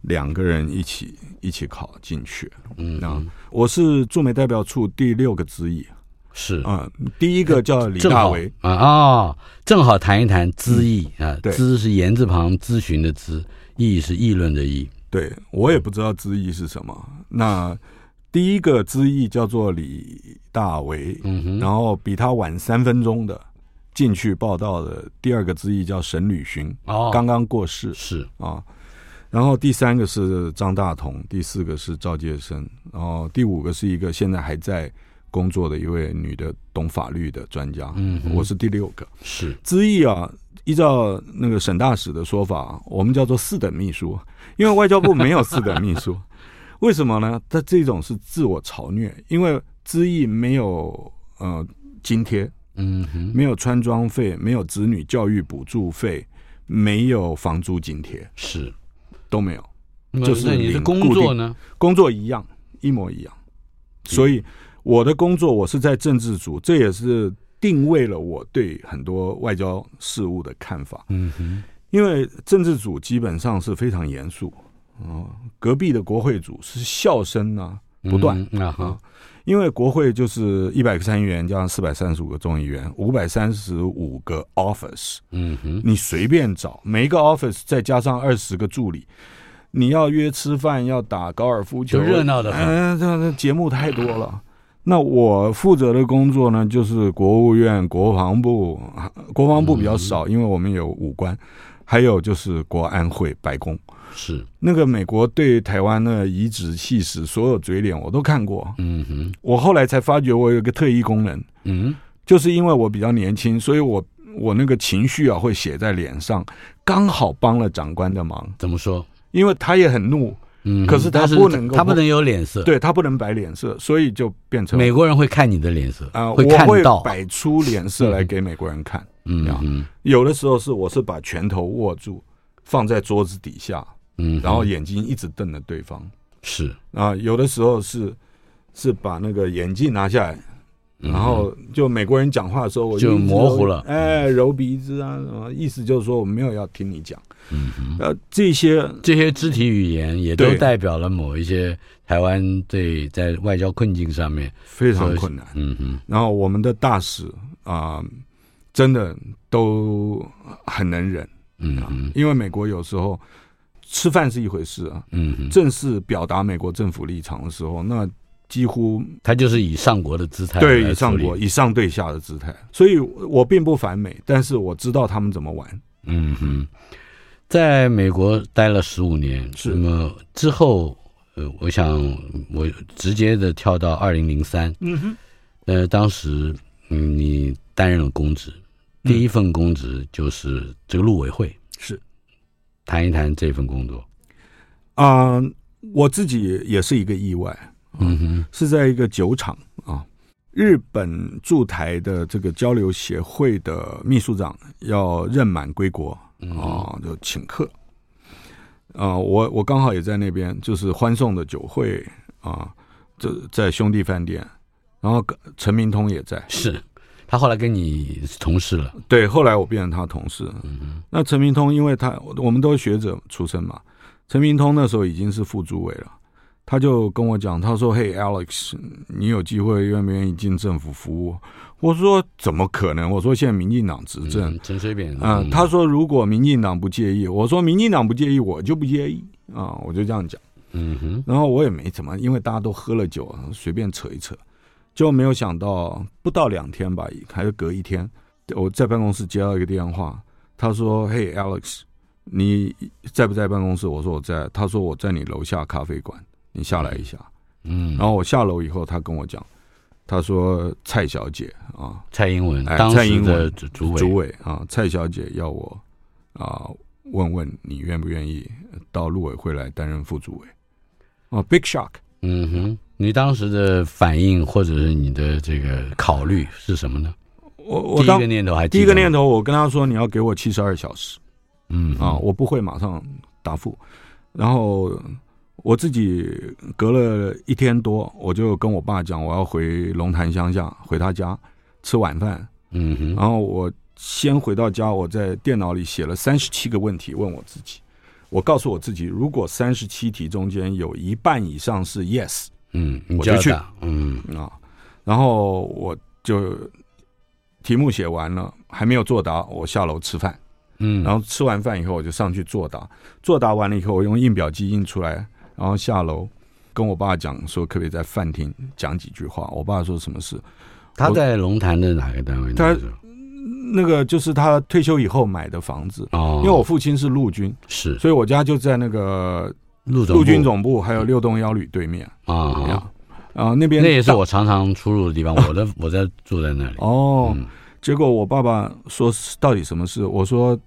Speaker 5: 两个人一起一起考进去。
Speaker 3: 嗯
Speaker 5: 那我是驻美代表处第六个之一
Speaker 3: 是
Speaker 5: 啊、第一个叫李
Speaker 3: 正
Speaker 5: 大
Speaker 3: 好
Speaker 5: 为，嗯
Speaker 3: 啊哦，正好谈一谈咨议啊，
Speaker 5: 对
Speaker 3: 咨是言字旁，咨询的咨，议是议论的议，
Speaker 5: 对我也不知道之一是什么。那第一个之一叫做李大为，
Speaker 3: 嗯哼，
Speaker 5: 然后比他晚三分钟的进去报道的第二个之一叫沈履勋，
Speaker 3: 哦，
Speaker 5: 刚刚过世。
Speaker 3: 是
Speaker 5: 啊。然后第三个是张大同，第四个是赵介生，然后第五个是一个现在还在工作的一位女的懂法律的专家，
Speaker 3: 嗯哼
Speaker 5: 我是第六个。
Speaker 3: 是
Speaker 5: 之意啊，依照那个沈大使的说法，我们叫做四等秘书，因为外交部没有四等秘 书，为什么呢？他这种是自我嘲虐，因为之意没有呃津贴，
Speaker 3: 嗯哼
Speaker 5: 没有穿装费，没有子女教育补助费，没有房租津贴，
Speaker 3: 是，
Speaker 5: 都没有。
Speaker 3: 那
Speaker 5: 就是
Speaker 3: 那你的
Speaker 5: 领
Speaker 3: 工
Speaker 5: 固
Speaker 3: 作
Speaker 5: 定
Speaker 3: 呢？
Speaker 5: 工作一样，一模一样。
Speaker 3: 嗯
Speaker 5: 所以我的工作我是在政治组，这也是定位了我对很多外交事务的看法。
Speaker 3: 嗯哼，
Speaker 5: 因为政治组基本上是非常严肃，哦、隔壁的国会组是笑声啊不断。
Speaker 3: 嗯啊哈，
Speaker 5: 因为国会就是一百个参议员加上四百三十五个众议员，五百三十五个 office，
Speaker 3: 嗯哼，
Speaker 5: 你随便找，每一个 office 再加上二十个助理，你要约吃饭，要打高尔夫球，
Speaker 3: 就热闹得很
Speaker 5: 嗯、这这节目太多了。那我负责的工作呢，就是国务院、国防部，啊国防部比较少，因为我们有武官，还有就是国安会、白宫。
Speaker 3: 是，
Speaker 5: 那个美国对台湾的颐指气使，所有嘴脸我都看过。
Speaker 3: 嗯哼，
Speaker 5: 我后来才发觉，我有一个特异功能，
Speaker 3: 嗯，
Speaker 5: 就是因为我比较年轻，所以我我那个情绪啊会写在脸上，刚好帮了长官的忙，
Speaker 3: 怎么说？
Speaker 5: 因为他也很怒，
Speaker 3: 嗯哼，
Speaker 5: 可是他
Speaker 3: 但
Speaker 5: 不能够
Speaker 3: 他不
Speaker 5: 不
Speaker 3: 能有脸色，，
Speaker 5: 对他不能摆脸色，所以就变成
Speaker 3: 美国人会看你的脸色
Speaker 5: 啊、，
Speaker 3: 会
Speaker 5: 我
Speaker 3: 看
Speaker 5: 会
Speaker 3: 到，
Speaker 5: 摆出脸色来给美国人看。
Speaker 3: 嗯
Speaker 5: 呀
Speaker 3: 哼，
Speaker 5: 有的时候是我是把拳头握住放在桌子底下，
Speaker 3: 嗯哼，
Speaker 5: 然后眼睛一直瞪着对方
Speaker 3: 是，
Speaker 5: 啊、有的时候是是把那个眼镜拿下来。然
Speaker 3: 嗯
Speaker 5: 后就美国人讲话的时候，我
Speaker 3: 就
Speaker 5: 一直
Speaker 3: 模
Speaker 5: 揉
Speaker 3: 糊了
Speaker 5: 哎，揉鼻子啊，什么意思就是说我没有要听你讲，
Speaker 3: 嗯
Speaker 5: 呃，这些
Speaker 3: 这些肢体语言也都
Speaker 5: 对
Speaker 3: 代表了某一些台湾对在外交困境上面，
Speaker 5: 非常困难。
Speaker 3: 嗯哼，
Speaker 5: 然后我们的大使啊、真的都很能忍，
Speaker 3: 嗯哼，
Speaker 5: 因为美国有时候吃饭是一回事啊，
Speaker 3: 嗯哼，
Speaker 5: 正式表达美国政府立场的时候，那几乎
Speaker 3: 他就是以上国的姿态
Speaker 5: 对
Speaker 3: 来
Speaker 5: 以上
Speaker 3: 处理
Speaker 5: 国以上对下的姿态，所以我并不反美，但是我知道他们怎么玩。
Speaker 3: 嗯哼，在美国待了十五年，
Speaker 5: 是
Speaker 3: 那么之后，呃，我想我直接的跳到二零零三，
Speaker 5: 嗯哼，
Speaker 3: 呃，当时嗯你担任了公职，第一份公职就是这个陆委会，
Speaker 5: 嗯是
Speaker 3: 谈一谈这份工作。
Speaker 5: 啊、我自己也是一个意外，
Speaker 3: 嗯哼，
Speaker 5: 是在一个酒厂啊，日本驻台的这个交流协会的秘书长要任满归国
Speaker 3: 嗯
Speaker 5: 啊，就请客啊，我我刚好也在那边，就是欢送的酒会啊，这在兄弟饭店，然后陈明通也在，
Speaker 3: 是他后来跟你同事了，
Speaker 5: 对，后来我变成他同事。那陈明通，因为他我们都是学者出身嘛，陈明通那时候已经是副主委了，他就跟我讲，他说：“嘿，Alex，你有机会愿不愿意进政府服务？”我说：“怎么可能？”我说：“现在民进党执政，
Speaker 3: 嗯陈水扁，
Speaker 5: 嗯，他说如果民进党不介意，我说民进党不介意，我就不介意啊、我就这样讲。
Speaker 3: 嗯哼，
Speaker 5: 然后我也没怎么，因为大家都喝了酒，随便扯一扯，就没有想到不到两天吧，还是隔一天，我在办公室接到一个电话，他说：“嘿，Alex，你在不在办公室？”我说：“我在。”他说：“我在你楼下咖啡馆，你下来一下。
Speaker 3: 嗯，”
Speaker 5: 然后我下楼以后，他跟我讲，他说：“蔡小姐啊，
Speaker 3: 蔡英文
Speaker 5: 哎
Speaker 3: 当
Speaker 5: 蔡
Speaker 3: 时
Speaker 5: 英
Speaker 3: 的
Speaker 5: 文
Speaker 3: 主主委，
Speaker 5: 主委啊，蔡小姐要我啊，问问你愿不愿意到陆委会来担任副主委。”啊，Big Shock。
Speaker 3: 嗯哼，你当时的反应或者是你的这个考虑是什么呢？
Speaker 5: 我
Speaker 3: 第
Speaker 5: 我
Speaker 3: 一
Speaker 5: 当
Speaker 3: 个念头还记得
Speaker 5: 第一个念
Speaker 3: 头，
Speaker 5: 头，我跟他说你要给我七十二小时
Speaker 3: 嗯
Speaker 5: 啊，我不会马上答复。然后我自己隔了一天多，我就跟我爸讲我要回龙潭乡下，回他家吃晚饭。
Speaker 3: 嗯哼，
Speaker 5: 然后我先回到家，我在电脑里写了三十七个问题问我自己。我告诉我自己，如果三十七题中间有一半以上是 yes
Speaker 3: 嗯，你
Speaker 5: 我
Speaker 3: 就
Speaker 5: 就
Speaker 3: 要
Speaker 5: 去
Speaker 3: 打，嗯
Speaker 5: 啊，然后我就题目写完了，还没有作答，我下楼吃饭。
Speaker 3: 嗯，
Speaker 5: 然后吃完饭以后，我就上去作答。作答完了以后，我用印表机印出来，然后下楼跟我爸讲说，可不可以在饭厅讲几句话？我爸说什么事？
Speaker 3: 他
Speaker 5: 我
Speaker 3: 在龙潭的哪个单位呢？
Speaker 5: 他
Speaker 3: 就是
Speaker 5: 那个就是他退休以后买的房子，
Speaker 3: 哦，
Speaker 5: 因为我父亲是陆军，
Speaker 3: 是
Speaker 5: 所以我家就在那个
Speaker 3: 陆
Speaker 5: 陆军
Speaker 3: 部
Speaker 5: 总部还有六栋幺旅对面
Speaker 3: 啊，
Speaker 5: 啊。啊，那边
Speaker 3: 那也是
Speaker 5: 大
Speaker 3: 我常常出入的地方，我的我在住在那里，
Speaker 5: 哦。
Speaker 3: 嗯
Speaker 5: 结果我爸爸说是到底什么事？我说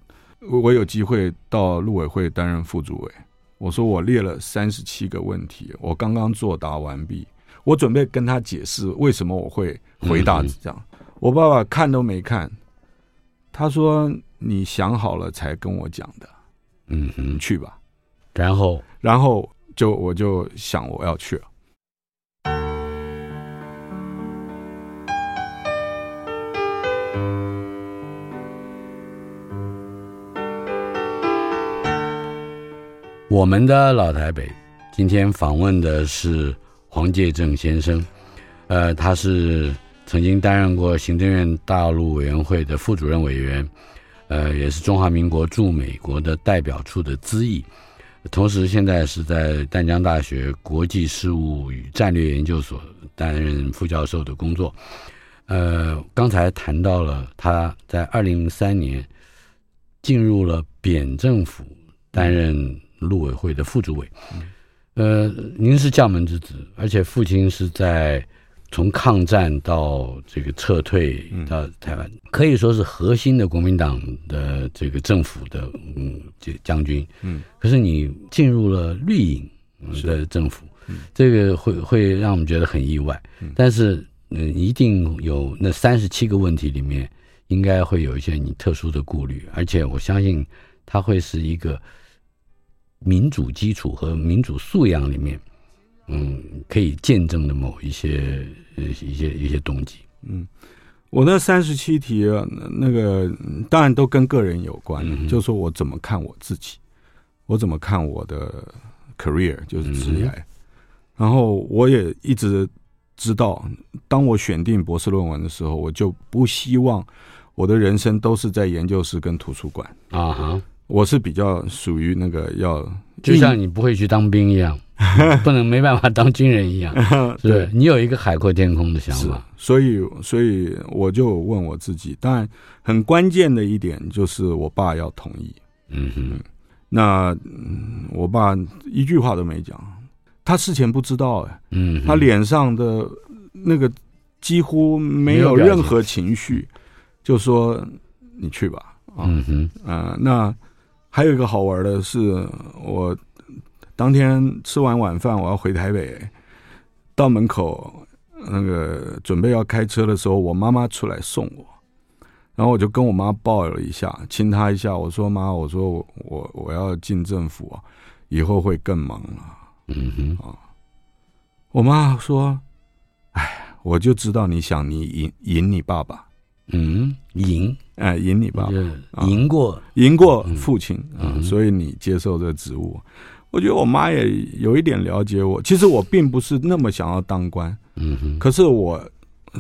Speaker 5: 我有机会到陆委会担任副主委。我说我列了三十七个问题，我刚刚作答完毕，我准备跟他解释为什么我会回答
Speaker 3: 嗯
Speaker 5: 这样。我爸爸看都没看，他说你想好了才跟我讲的，
Speaker 3: 嗯
Speaker 5: 你
Speaker 3: 哼，
Speaker 5: 去吧。
Speaker 3: 然后
Speaker 5: 然后就我就想我要去了。
Speaker 3: 我们的老台北今天访问的是黄介正先生，呃，他是曾经担任过行政院大陆委员会的副主任委员，呃，也是中华民国驻美国的代表处的资议，同时现在是在淡江大学国际事务与战略研究所担任副教授的工作。呃，刚才谈到了他在二零零三年进入了扁政府，担任陆委会的副主委。呃，您是将门之子，而且父亲是在从抗战到这个撤退到台湾，可以说是核心的国民党的这个政府的嗯这将军。
Speaker 5: 嗯，
Speaker 3: 可是你进入了绿营嗯的政府，这个会会让我们觉得很意外。但是嗯、一定有那三十七个问题里面，应该会有一些你特殊的顾虑，而且我相信它会是一个民主基础和民主素养里面，嗯，可以见证的某一些呃一些一些动机。
Speaker 5: 我那三十七题，呃那个嗯当然都跟个人有关，
Speaker 3: 嗯哼
Speaker 5: 就说我怎么看我自己，我怎么看我的 career 就是
Speaker 3: 嗯
Speaker 5: 职业、然后我也一直知道，当我选定博士论文的时候，我就不希望我的人生都是在研究室跟图书馆，
Speaker 3: 啊哈，
Speaker 5: 我是比较属于那个要
Speaker 3: 就像你不会去当兵一样，不能没办法当军人一样，是不是你有一个海阔天空的想
Speaker 5: 是
Speaker 3: 法，，
Speaker 5: 所以所以我就问我自己，当然很关键的一点就是我爸要同意。
Speaker 3: 嗯哼，
Speaker 5: 那、嗯我爸一句话都没讲，他事前不知道哎，
Speaker 3: 嗯哼，
Speaker 5: 他脸上的那个几乎没有
Speaker 3: 没有表情
Speaker 5: 任何情绪，就说你去吧啊。
Speaker 3: 嗯哼，
Speaker 5: 啊、那还有一个好玩的是，我当天吃完晚饭，我要回台北，到门口那个准备要开车的时候，我妈妈出来送我，然后我就跟我妈抱了一下，亲她一下，我说妈，我说我我我要进政府啊，以后会更忙了。
Speaker 3: 嗯哼，
Speaker 5: 我妈说，哎，我就知道你想你赢赢你爸爸，
Speaker 3: 嗯，赢，
Speaker 5: 哎、赢你爸爸
Speaker 3: 就。是
Speaker 5: 啊
Speaker 3: 赢过，
Speaker 5: 赢过父亲啊、
Speaker 3: 嗯
Speaker 5: 所以你接受这个职务。我觉得我妈也有一点了解我。其实我并不是那么想要当官，
Speaker 3: 嗯哼，
Speaker 5: 可是我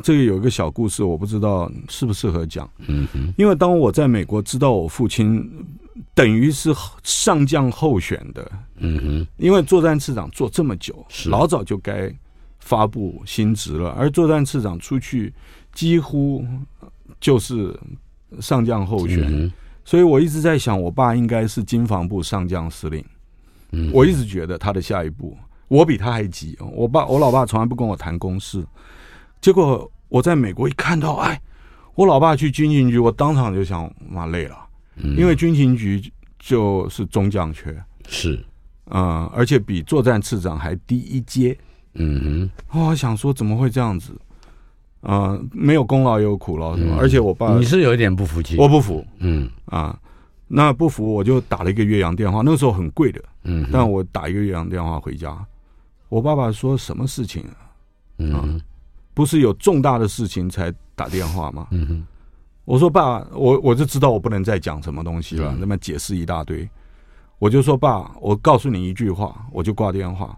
Speaker 5: 这个有一个小故事，我不知道适不适合讲。
Speaker 3: 嗯哼，
Speaker 5: 因为当我在美国知道我父亲等于是上将候选的，
Speaker 3: 嗯哼，
Speaker 5: 因为作战次长做这么久，
Speaker 3: 是
Speaker 5: 老早就该发布新职了，而作战次长出去几乎就是上将候选。
Speaker 3: 嗯哼
Speaker 5: 所以我一直在想，我爸应该是军防部上将司令。
Speaker 3: 嗯哼，
Speaker 5: 我一直觉得他的下一步，我比他还急。我爸，我老爸从来不跟我谈公事。结果我在美国一看到，哎，我老爸去军情局，我当场就想，妈累了，
Speaker 3: 嗯
Speaker 5: 因为军情局就是中将缺，
Speaker 3: 是，
Speaker 5: 嗯，而且比作战次长还低一阶。
Speaker 3: 嗯
Speaker 5: 哦我想说，怎么会这样子？嗯，没有功劳也有苦劳，是吧？
Speaker 3: 嗯
Speaker 5: 而且我爸
Speaker 3: 哼，你，是有一点不服气，
Speaker 5: 我不服
Speaker 3: 嗯
Speaker 5: 啊。那不服我就打了一个岳阳电话，那个时候很贵的，
Speaker 3: 嗯哼，
Speaker 5: 但我打一个岳阳电话回家，我爸爸说什么事情啊？
Speaker 3: 嗯哼，
Speaker 5: 不是有重大的事情才打电话吗？
Speaker 3: 嗯哼，
Speaker 5: 我说爸，我我就知道我不能再讲什么东西了
Speaker 3: 嗯，
Speaker 5: 那么解释一大堆。我就说爸，我告诉你一句话，我就挂电话。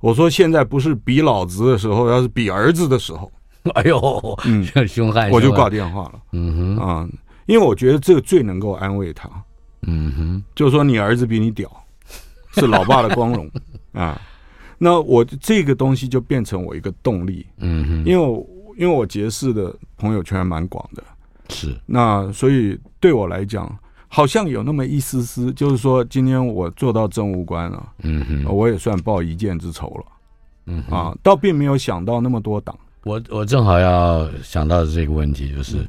Speaker 5: 我说现在不是比老子的时候，要是比儿子的时候，
Speaker 3: 哎呦，
Speaker 5: 嗯，
Speaker 3: 这凶悍，
Speaker 5: 我就
Speaker 3: 凶悍
Speaker 5: 挂，电话了
Speaker 3: 嗯哼，
Speaker 5: 啊、因为我觉得这个最能够安慰他，
Speaker 3: 嗯哼，
Speaker 5: 就说你儿子比你屌， 是老爸的光荣啊。那我这个东西就变成我一个动力，
Speaker 3: 嗯哼，
Speaker 5: 因为我因为我结识的朋友圈蛮广的，
Speaker 3: 是，
Speaker 5: 那所以对我来讲，好像有那么一丝丝，就是说今天我做到政务官了，
Speaker 3: 嗯哼，
Speaker 5: 我也算报一箭之仇了
Speaker 3: 嗯哼。
Speaker 5: 啊，倒并没有想到那么多党。
Speaker 3: 我我正好要想到的这个问题，就是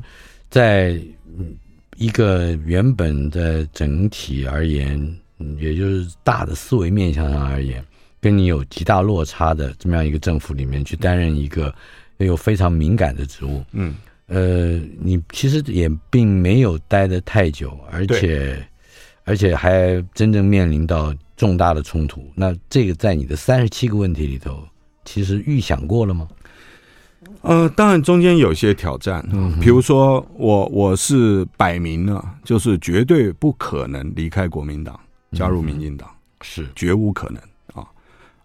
Speaker 3: 在嗯一个原本的整体而言，嗯也就是大的思维面向上而言，跟你有极大落差的这么样一个政府里面去担任一个有非常敏感的职务，
Speaker 5: 嗯，
Speaker 3: 呃，你其实也并没有待得太久，而且而且还真正面临到重大的冲突。那这个在你的三十七个问题里头，其实预想过了吗？
Speaker 5: 呃，当然中间有些挑战，
Speaker 3: 嗯
Speaker 5: 比如说我我是摆明了，就是绝对不可能离开国民党，
Speaker 3: 嗯
Speaker 5: 加入民进党。
Speaker 3: 是，
Speaker 5: 绝无可能啊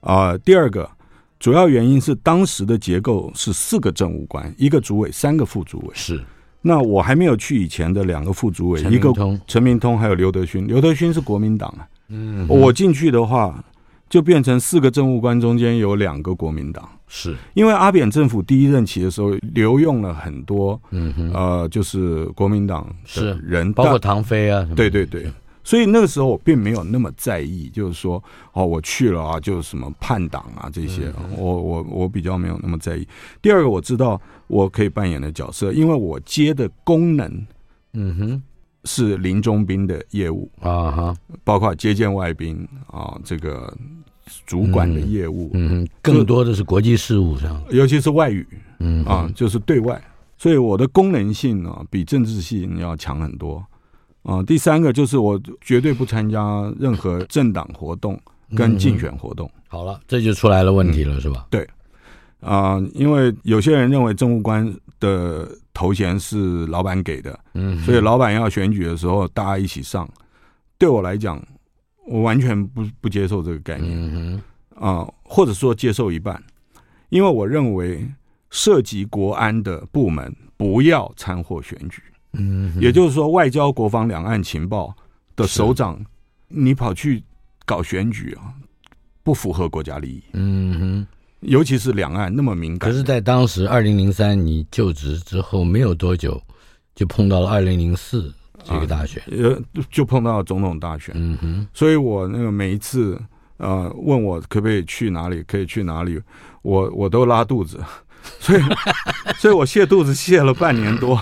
Speaker 5: 啊、第二个主要原因是当时的结构是四个政务官，一个主委，三个副主委。
Speaker 3: 是，
Speaker 5: 那我还没有去以前的两个副主委，
Speaker 3: 陈
Speaker 5: 一
Speaker 3: 明
Speaker 5: 个
Speaker 3: 通
Speaker 5: 陈明通，还有刘德勋。刘德勋是国民党啊，嗯，我进去的话就变成四个政务官中间有两个国民党。
Speaker 3: 是，
Speaker 5: 因为阿扁政府第一任期的时候，留用了很多，
Speaker 3: 嗯哼，
Speaker 5: 呃，就是国民党
Speaker 3: 是
Speaker 5: 的人，
Speaker 3: 包
Speaker 5: 但
Speaker 3: 括唐飞啊，什么的
Speaker 5: 对对对，所以那个时候我并没有那么在意，就是说哦，我去了啊，就是什么叛党啊这些，
Speaker 3: 嗯
Speaker 5: 我我我比较没有那么在意。第二个，我知道我可以扮演的角色，因为我接的功能
Speaker 3: 嗯哼，
Speaker 5: 是林中兵的业务，
Speaker 3: 啊哈，
Speaker 5: 包括接见外宾啊，这个主管的业务，
Speaker 3: 嗯哼，更多的是国际事务上，
Speaker 5: 尤其是外语
Speaker 3: 嗯哼
Speaker 5: 啊，，就是对外。所以我的功能性呢、比政治性要强很多。啊，第三个就是我绝对不参加任何政党活动，
Speaker 3: 嗯
Speaker 5: 跟竞选嗯活动
Speaker 3: 好了，这就出来了问题了，是吧？
Speaker 5: 啊、因为有些人认为政务官的头衔是老板给的，
Speaker 3: 嗯哼，
Speaker 5: 所以老板要选举的时候大家一起上。对我来讲，我完全不不接受这个概念
Speaker 3: 嗯
Speaker 5: 啊、或者说接受一半，因为我认为涉及国安的部门不要掺和选举，
Speaker 3: 哼，嗯哼，
Speaker 5: 也就是说，外交、国防、两岸情报的首长，你跑去搞选举啊，不不符合国家利益，
Speaker 3: 嗯哼。
Speaker 5: 尤其是两岸那么敏感
Speaker 3: 可。是，在当时二零零三你就职之后没有多久，就碰到了二零零四这个大选。
Speaker 5: 呃，就碰到总统大选，
Speaker 3: 嗯哼，
Speaker 5: 所以我那个每一次呃问我可不可以去哪里，可以去哪里，我我都拉肚子， 所以所以我泻肚子泻了半年多，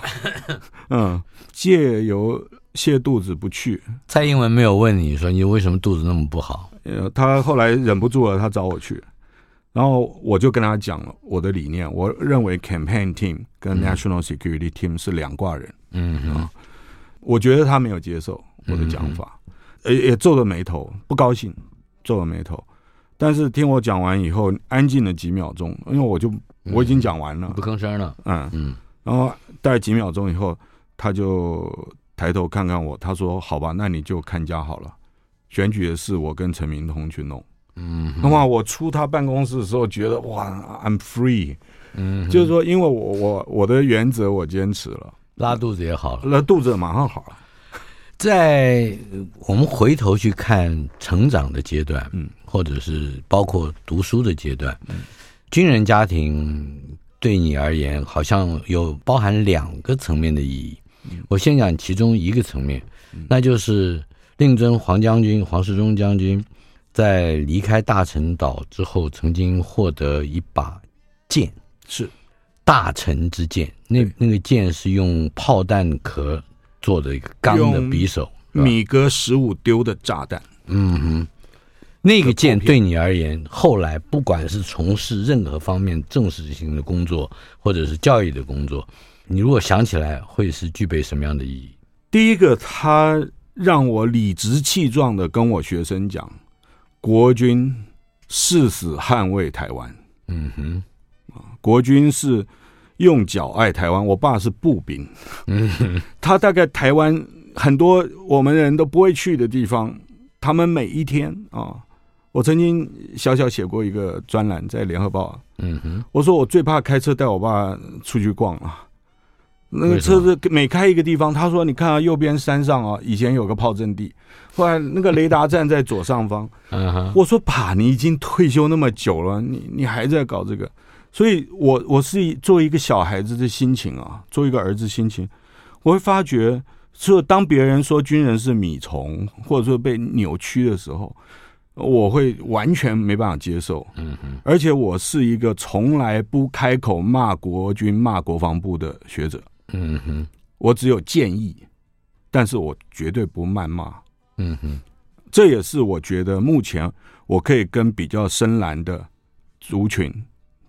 Speaker 5: 嗯，借由泻肚子不去，
Speaker 3: 蔡英文没有问你说你为什么肚子那么不好？
Speaker 5: 呃，他后来忍不住了，他找我去，然后我就跟他讲了我的理念，我认为 campaign team 跟 national security team 是两挂人，
Speaker 3: 嗯哼，
Speaker 5: 我觉得他没有接受我的讲法，也也皱着眉头，不高兴，皱着眉头。但是听我讲完以后，安静了几秒钟，因为我就我已经讲完了
Speaker 3: 不，吭声了。
Speaker 5: 嗯，
Speaker 3: 啊嗯
Speaker 5: 然后大概几秒钟以后，他就抬头看看我，他说：“好吧，那你就看家好了，选举的事我跟陈明通去弄。”
Speaker 3: 嗯哼，
Speaker 5: 那么我出他办公室的时候，觉得哇，I'm free，
Speaker 3: 嗯哼，
Speaker 5: 就是说，因为我我我的原则我坚持了，
Speaker 3: 拉肚子也好了。
Speaker 5: 那肚子马上好了。
Speaker 3: 在呃我们回头去看成长的阶段，
Speaker 5: 嗯，
Speaker 3: 或者是包括读书的阶段，军人家庭对你而言好像有包含两个层面的意义。
Speaker 5: 嗯
Speaker 3: 我先讲其中一个层面，那就是令尊黄将军、黄世忠将军在离开大陈岛之后，曾经获得一把剑，
Speaker 5: 是
Speaker 3: 大陈之剑。那那个剑是用炮弹壳做的一个钢的
Speaker 5: 用
Speaker 3: 匕首，是吧
Speaker 5: 米格十五丢的炸弹，
Speaker 3: 嗯哼，那个剑对你而言，后来不管是从事任何方面正式性的工作，或者是教育的工作，你如果想起来，会是具备什么样的意义？
Speaker 5: 第一个他让我理直气壮的跟我学生讲，国军誓死捍卫台湾，
Speaker 3: 嗯哼，
Speaker 5: 国军是用脚爱台湾。我爸是步兵，
Speaker 3: 嗯哼，
Speaker 5: 他大概台湾很多我们人都不会去的地方，他们每一天啊，我曾经小小写过一个专栏在《联合报》，
Speaker 3: 嗯哼，
Speaker 5: 我说我最怕开车带我爸出去逛啊。那个
Speaker 3: 为什么
Speaker 5: 车子每开一个地方，他说：“你看啊，右边山上啊，以前有个炮阵地，后来那个雷达站在左上方。
Speaker 3: 嗯哼，
Speaker 5: 我说：“爸，你已经退休那么久了，你你还在搞这个？”所以我，我是以作为一个小孩子的心情啊，作为一个儿子心情，我会发觉，只有当别人说军人是米虫，或者说被扭曲的时候，我会完全没办法接受。
Speaker 3: 嗯哼，
Speaker 5: 而且我是一个从来不开口骂国军、骂国防部的学者，
Speaker 3: 嗯哼，
Speaker 5: 我只有建议，但是我绝对不谩骂。
Speaker 3: 嗯哼，
Speaker 5: 这也是我觉得目前我可以跟比较深蓝的族群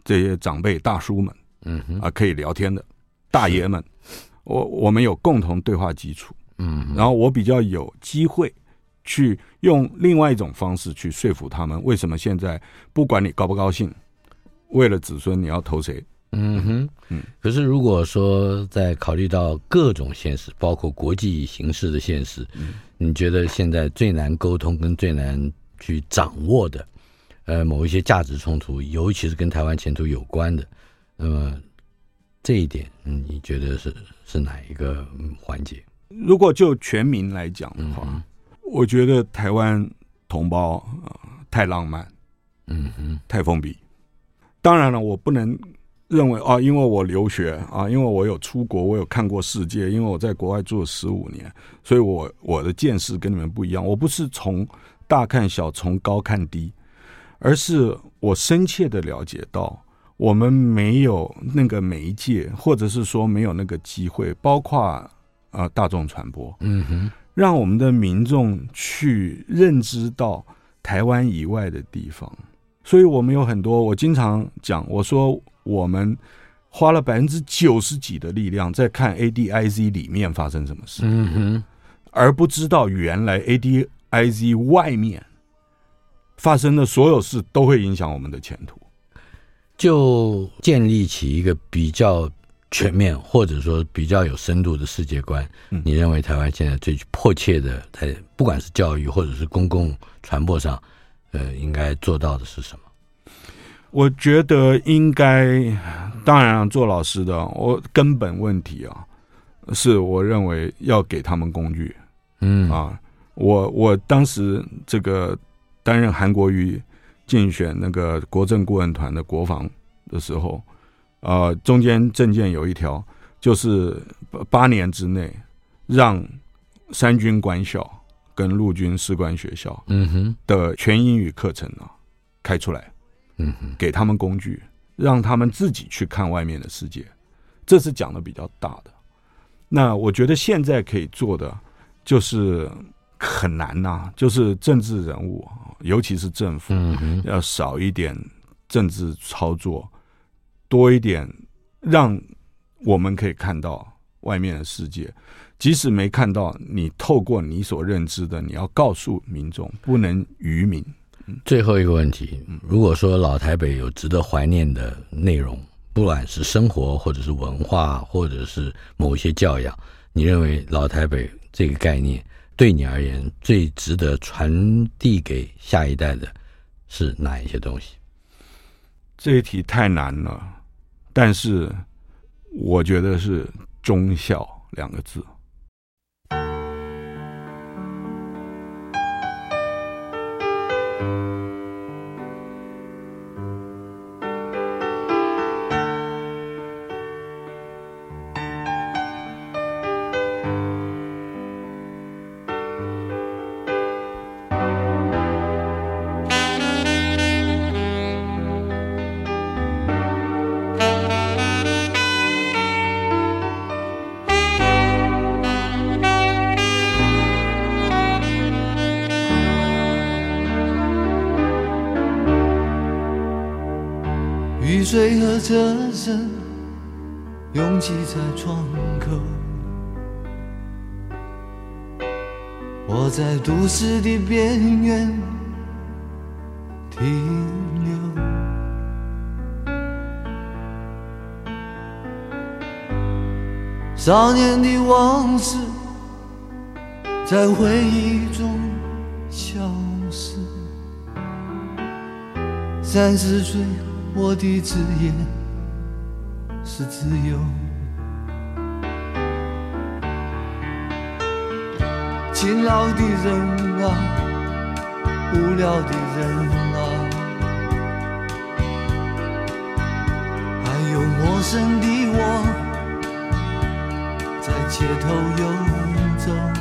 Speaker 5: 这些长辈大叔们
Speaker 3: 嗯哼，
Speaker 5: 啊可以聊天的大爷们，我我们有共同对话基础，
Speaker 3: 嗯哼，
Speaker 5: 然后我比较有机会去用另外一种方式去说服他们，为什么现在不管你高不高兴，为了子孙你要投谁？
Speaker 3: 嗯哼，
Speaker 5: 嗯
Speaker 3: 可是如果说在考虑到各种现实，包括国际形势的现实，你觉得现在最难沟通跟最难去掌握的，呃，某一些价值冲突，尤其是跟台湾前途有关的，那么这一点，嗯，你觉得是是哪一个嗯环节？
Speaker 5: 如果就全民来讲的
Speaker 3: 嗯
Speaker 5: 话，
Speaker 3: 哼，
Speaker 5: 我觉得台湾同胞、呃太浪漫。
Speaker 3: 嗯哼，
Speaker 5: 太封闭。当然了，我不能认为啊，因为我留学啊，因为我有出国，我有看过世界，因为我在国外住了十五年，所以我我的见识跟你们不一样。我不是从大看小，从高看低，而是我深切的了解到，我们没有那个媒介，或者是说没有那个机会，包括呃大众传播，
Speaker 3: 嗯哼，
Speaker 5: 让我们的民众去认知到台湾以外的地方。所以我们有很多，我经常讲，我说我们花了百分之九十几的力量在看 ADIZ 里面发生什么事，
Speaker 3: 嗯哼，
Speaker 5: 而不知道原来 ADIZ 外面发生的所有事都会影响我们的前途。
Speaker 3: 就建立起一个比较全面或者说比较有深度的世界观。
Speaker 5: 嗯
Speaker 3: 你认为台湾现在最迫切的，在不管是教育或者是公共传播上，呃，应该做到的是什么？
Speaker 5: 我觉得应该，当然啊做老师的，我根本问题啊，是我认为要给他们工具。
Speaker 3: 嗯，
Speaker 5: 啊，我我当时这个担任韩国瑜竞选那个国政顾问团的国防的时候，呃，中间政见有一条，就是八八年之内让三军官校跟陆军士官学校
Speaker 3: 嗯哼，
Speaker 5: 的全英语课程啊开出来，
Speaker 3: 嗯哼，
Speaker 5: 给他们工具，让他们自己去看外面的世界，这是讲的比较大的。那我觉得现在可以做的就是很难呐、就是政治人物啊，尤其是政府，
Speaker 3: 嗯哼，
Speaker 5: 要少一点政治操作，多一点让我们可以看到外面的世界。即使没看到，你透过你所认知的，你要告诉民众，不能愚民。
Speaker 3: 最后一个问题，如果说老台北有值得怀念的内容，不管是生活，或者是文化，或者是某一些教养，你认为老台北这个概念对你而言最值得传递给下一代的是哪一些东西？
Speaker 5: 这一题太难了，但是我觉得是“忠孝”两个字。
Speaker 4: 雨水和车声拥挤在窗口，我在都市的边缘停留。少年的往事在回忆中消失。三十岁，我的职业是自由。勤劳的人啊，无聊的人啊，还有陌生的我，在街头游走。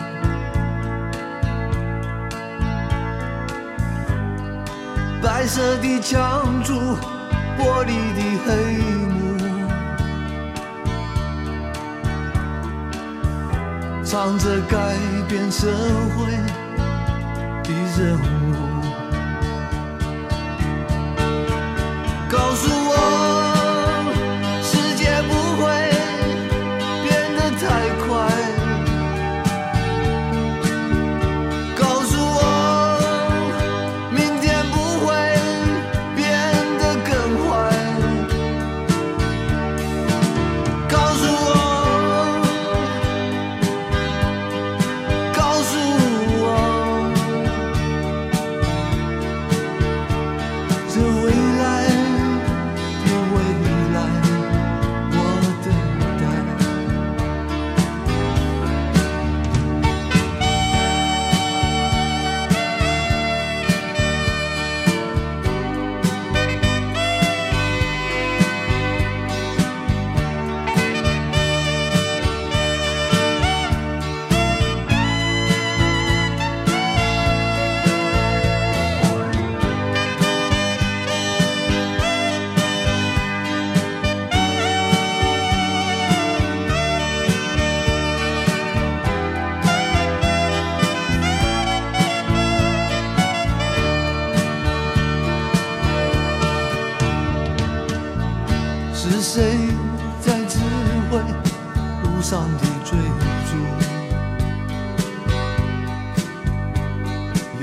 Speaker 4: 白色的墙柱，玻璃的黑幕，唱着改变社会的任务。告诉我，世界不会变得太快。告诉我，明天不会变得更坏。告诉我，告诉我，这未来的未来，我等待。是谁在指挥路上的追逐？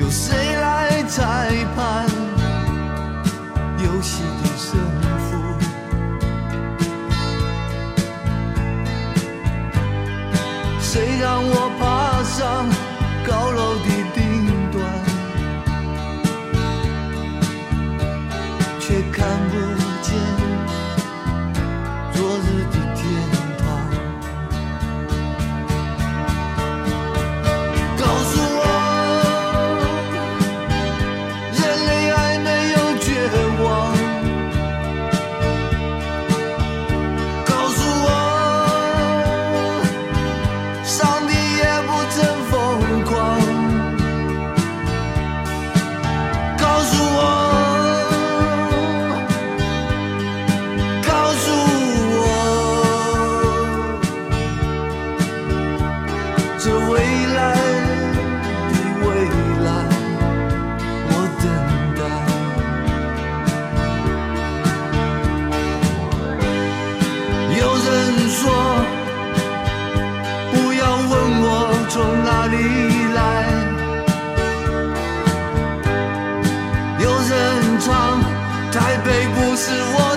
Speaker 4: 由谁来裁判游戏的胜负？谁让我爬上高楼的顶端？却看不见昨日的天堂。告诉我，人类还没有绝是我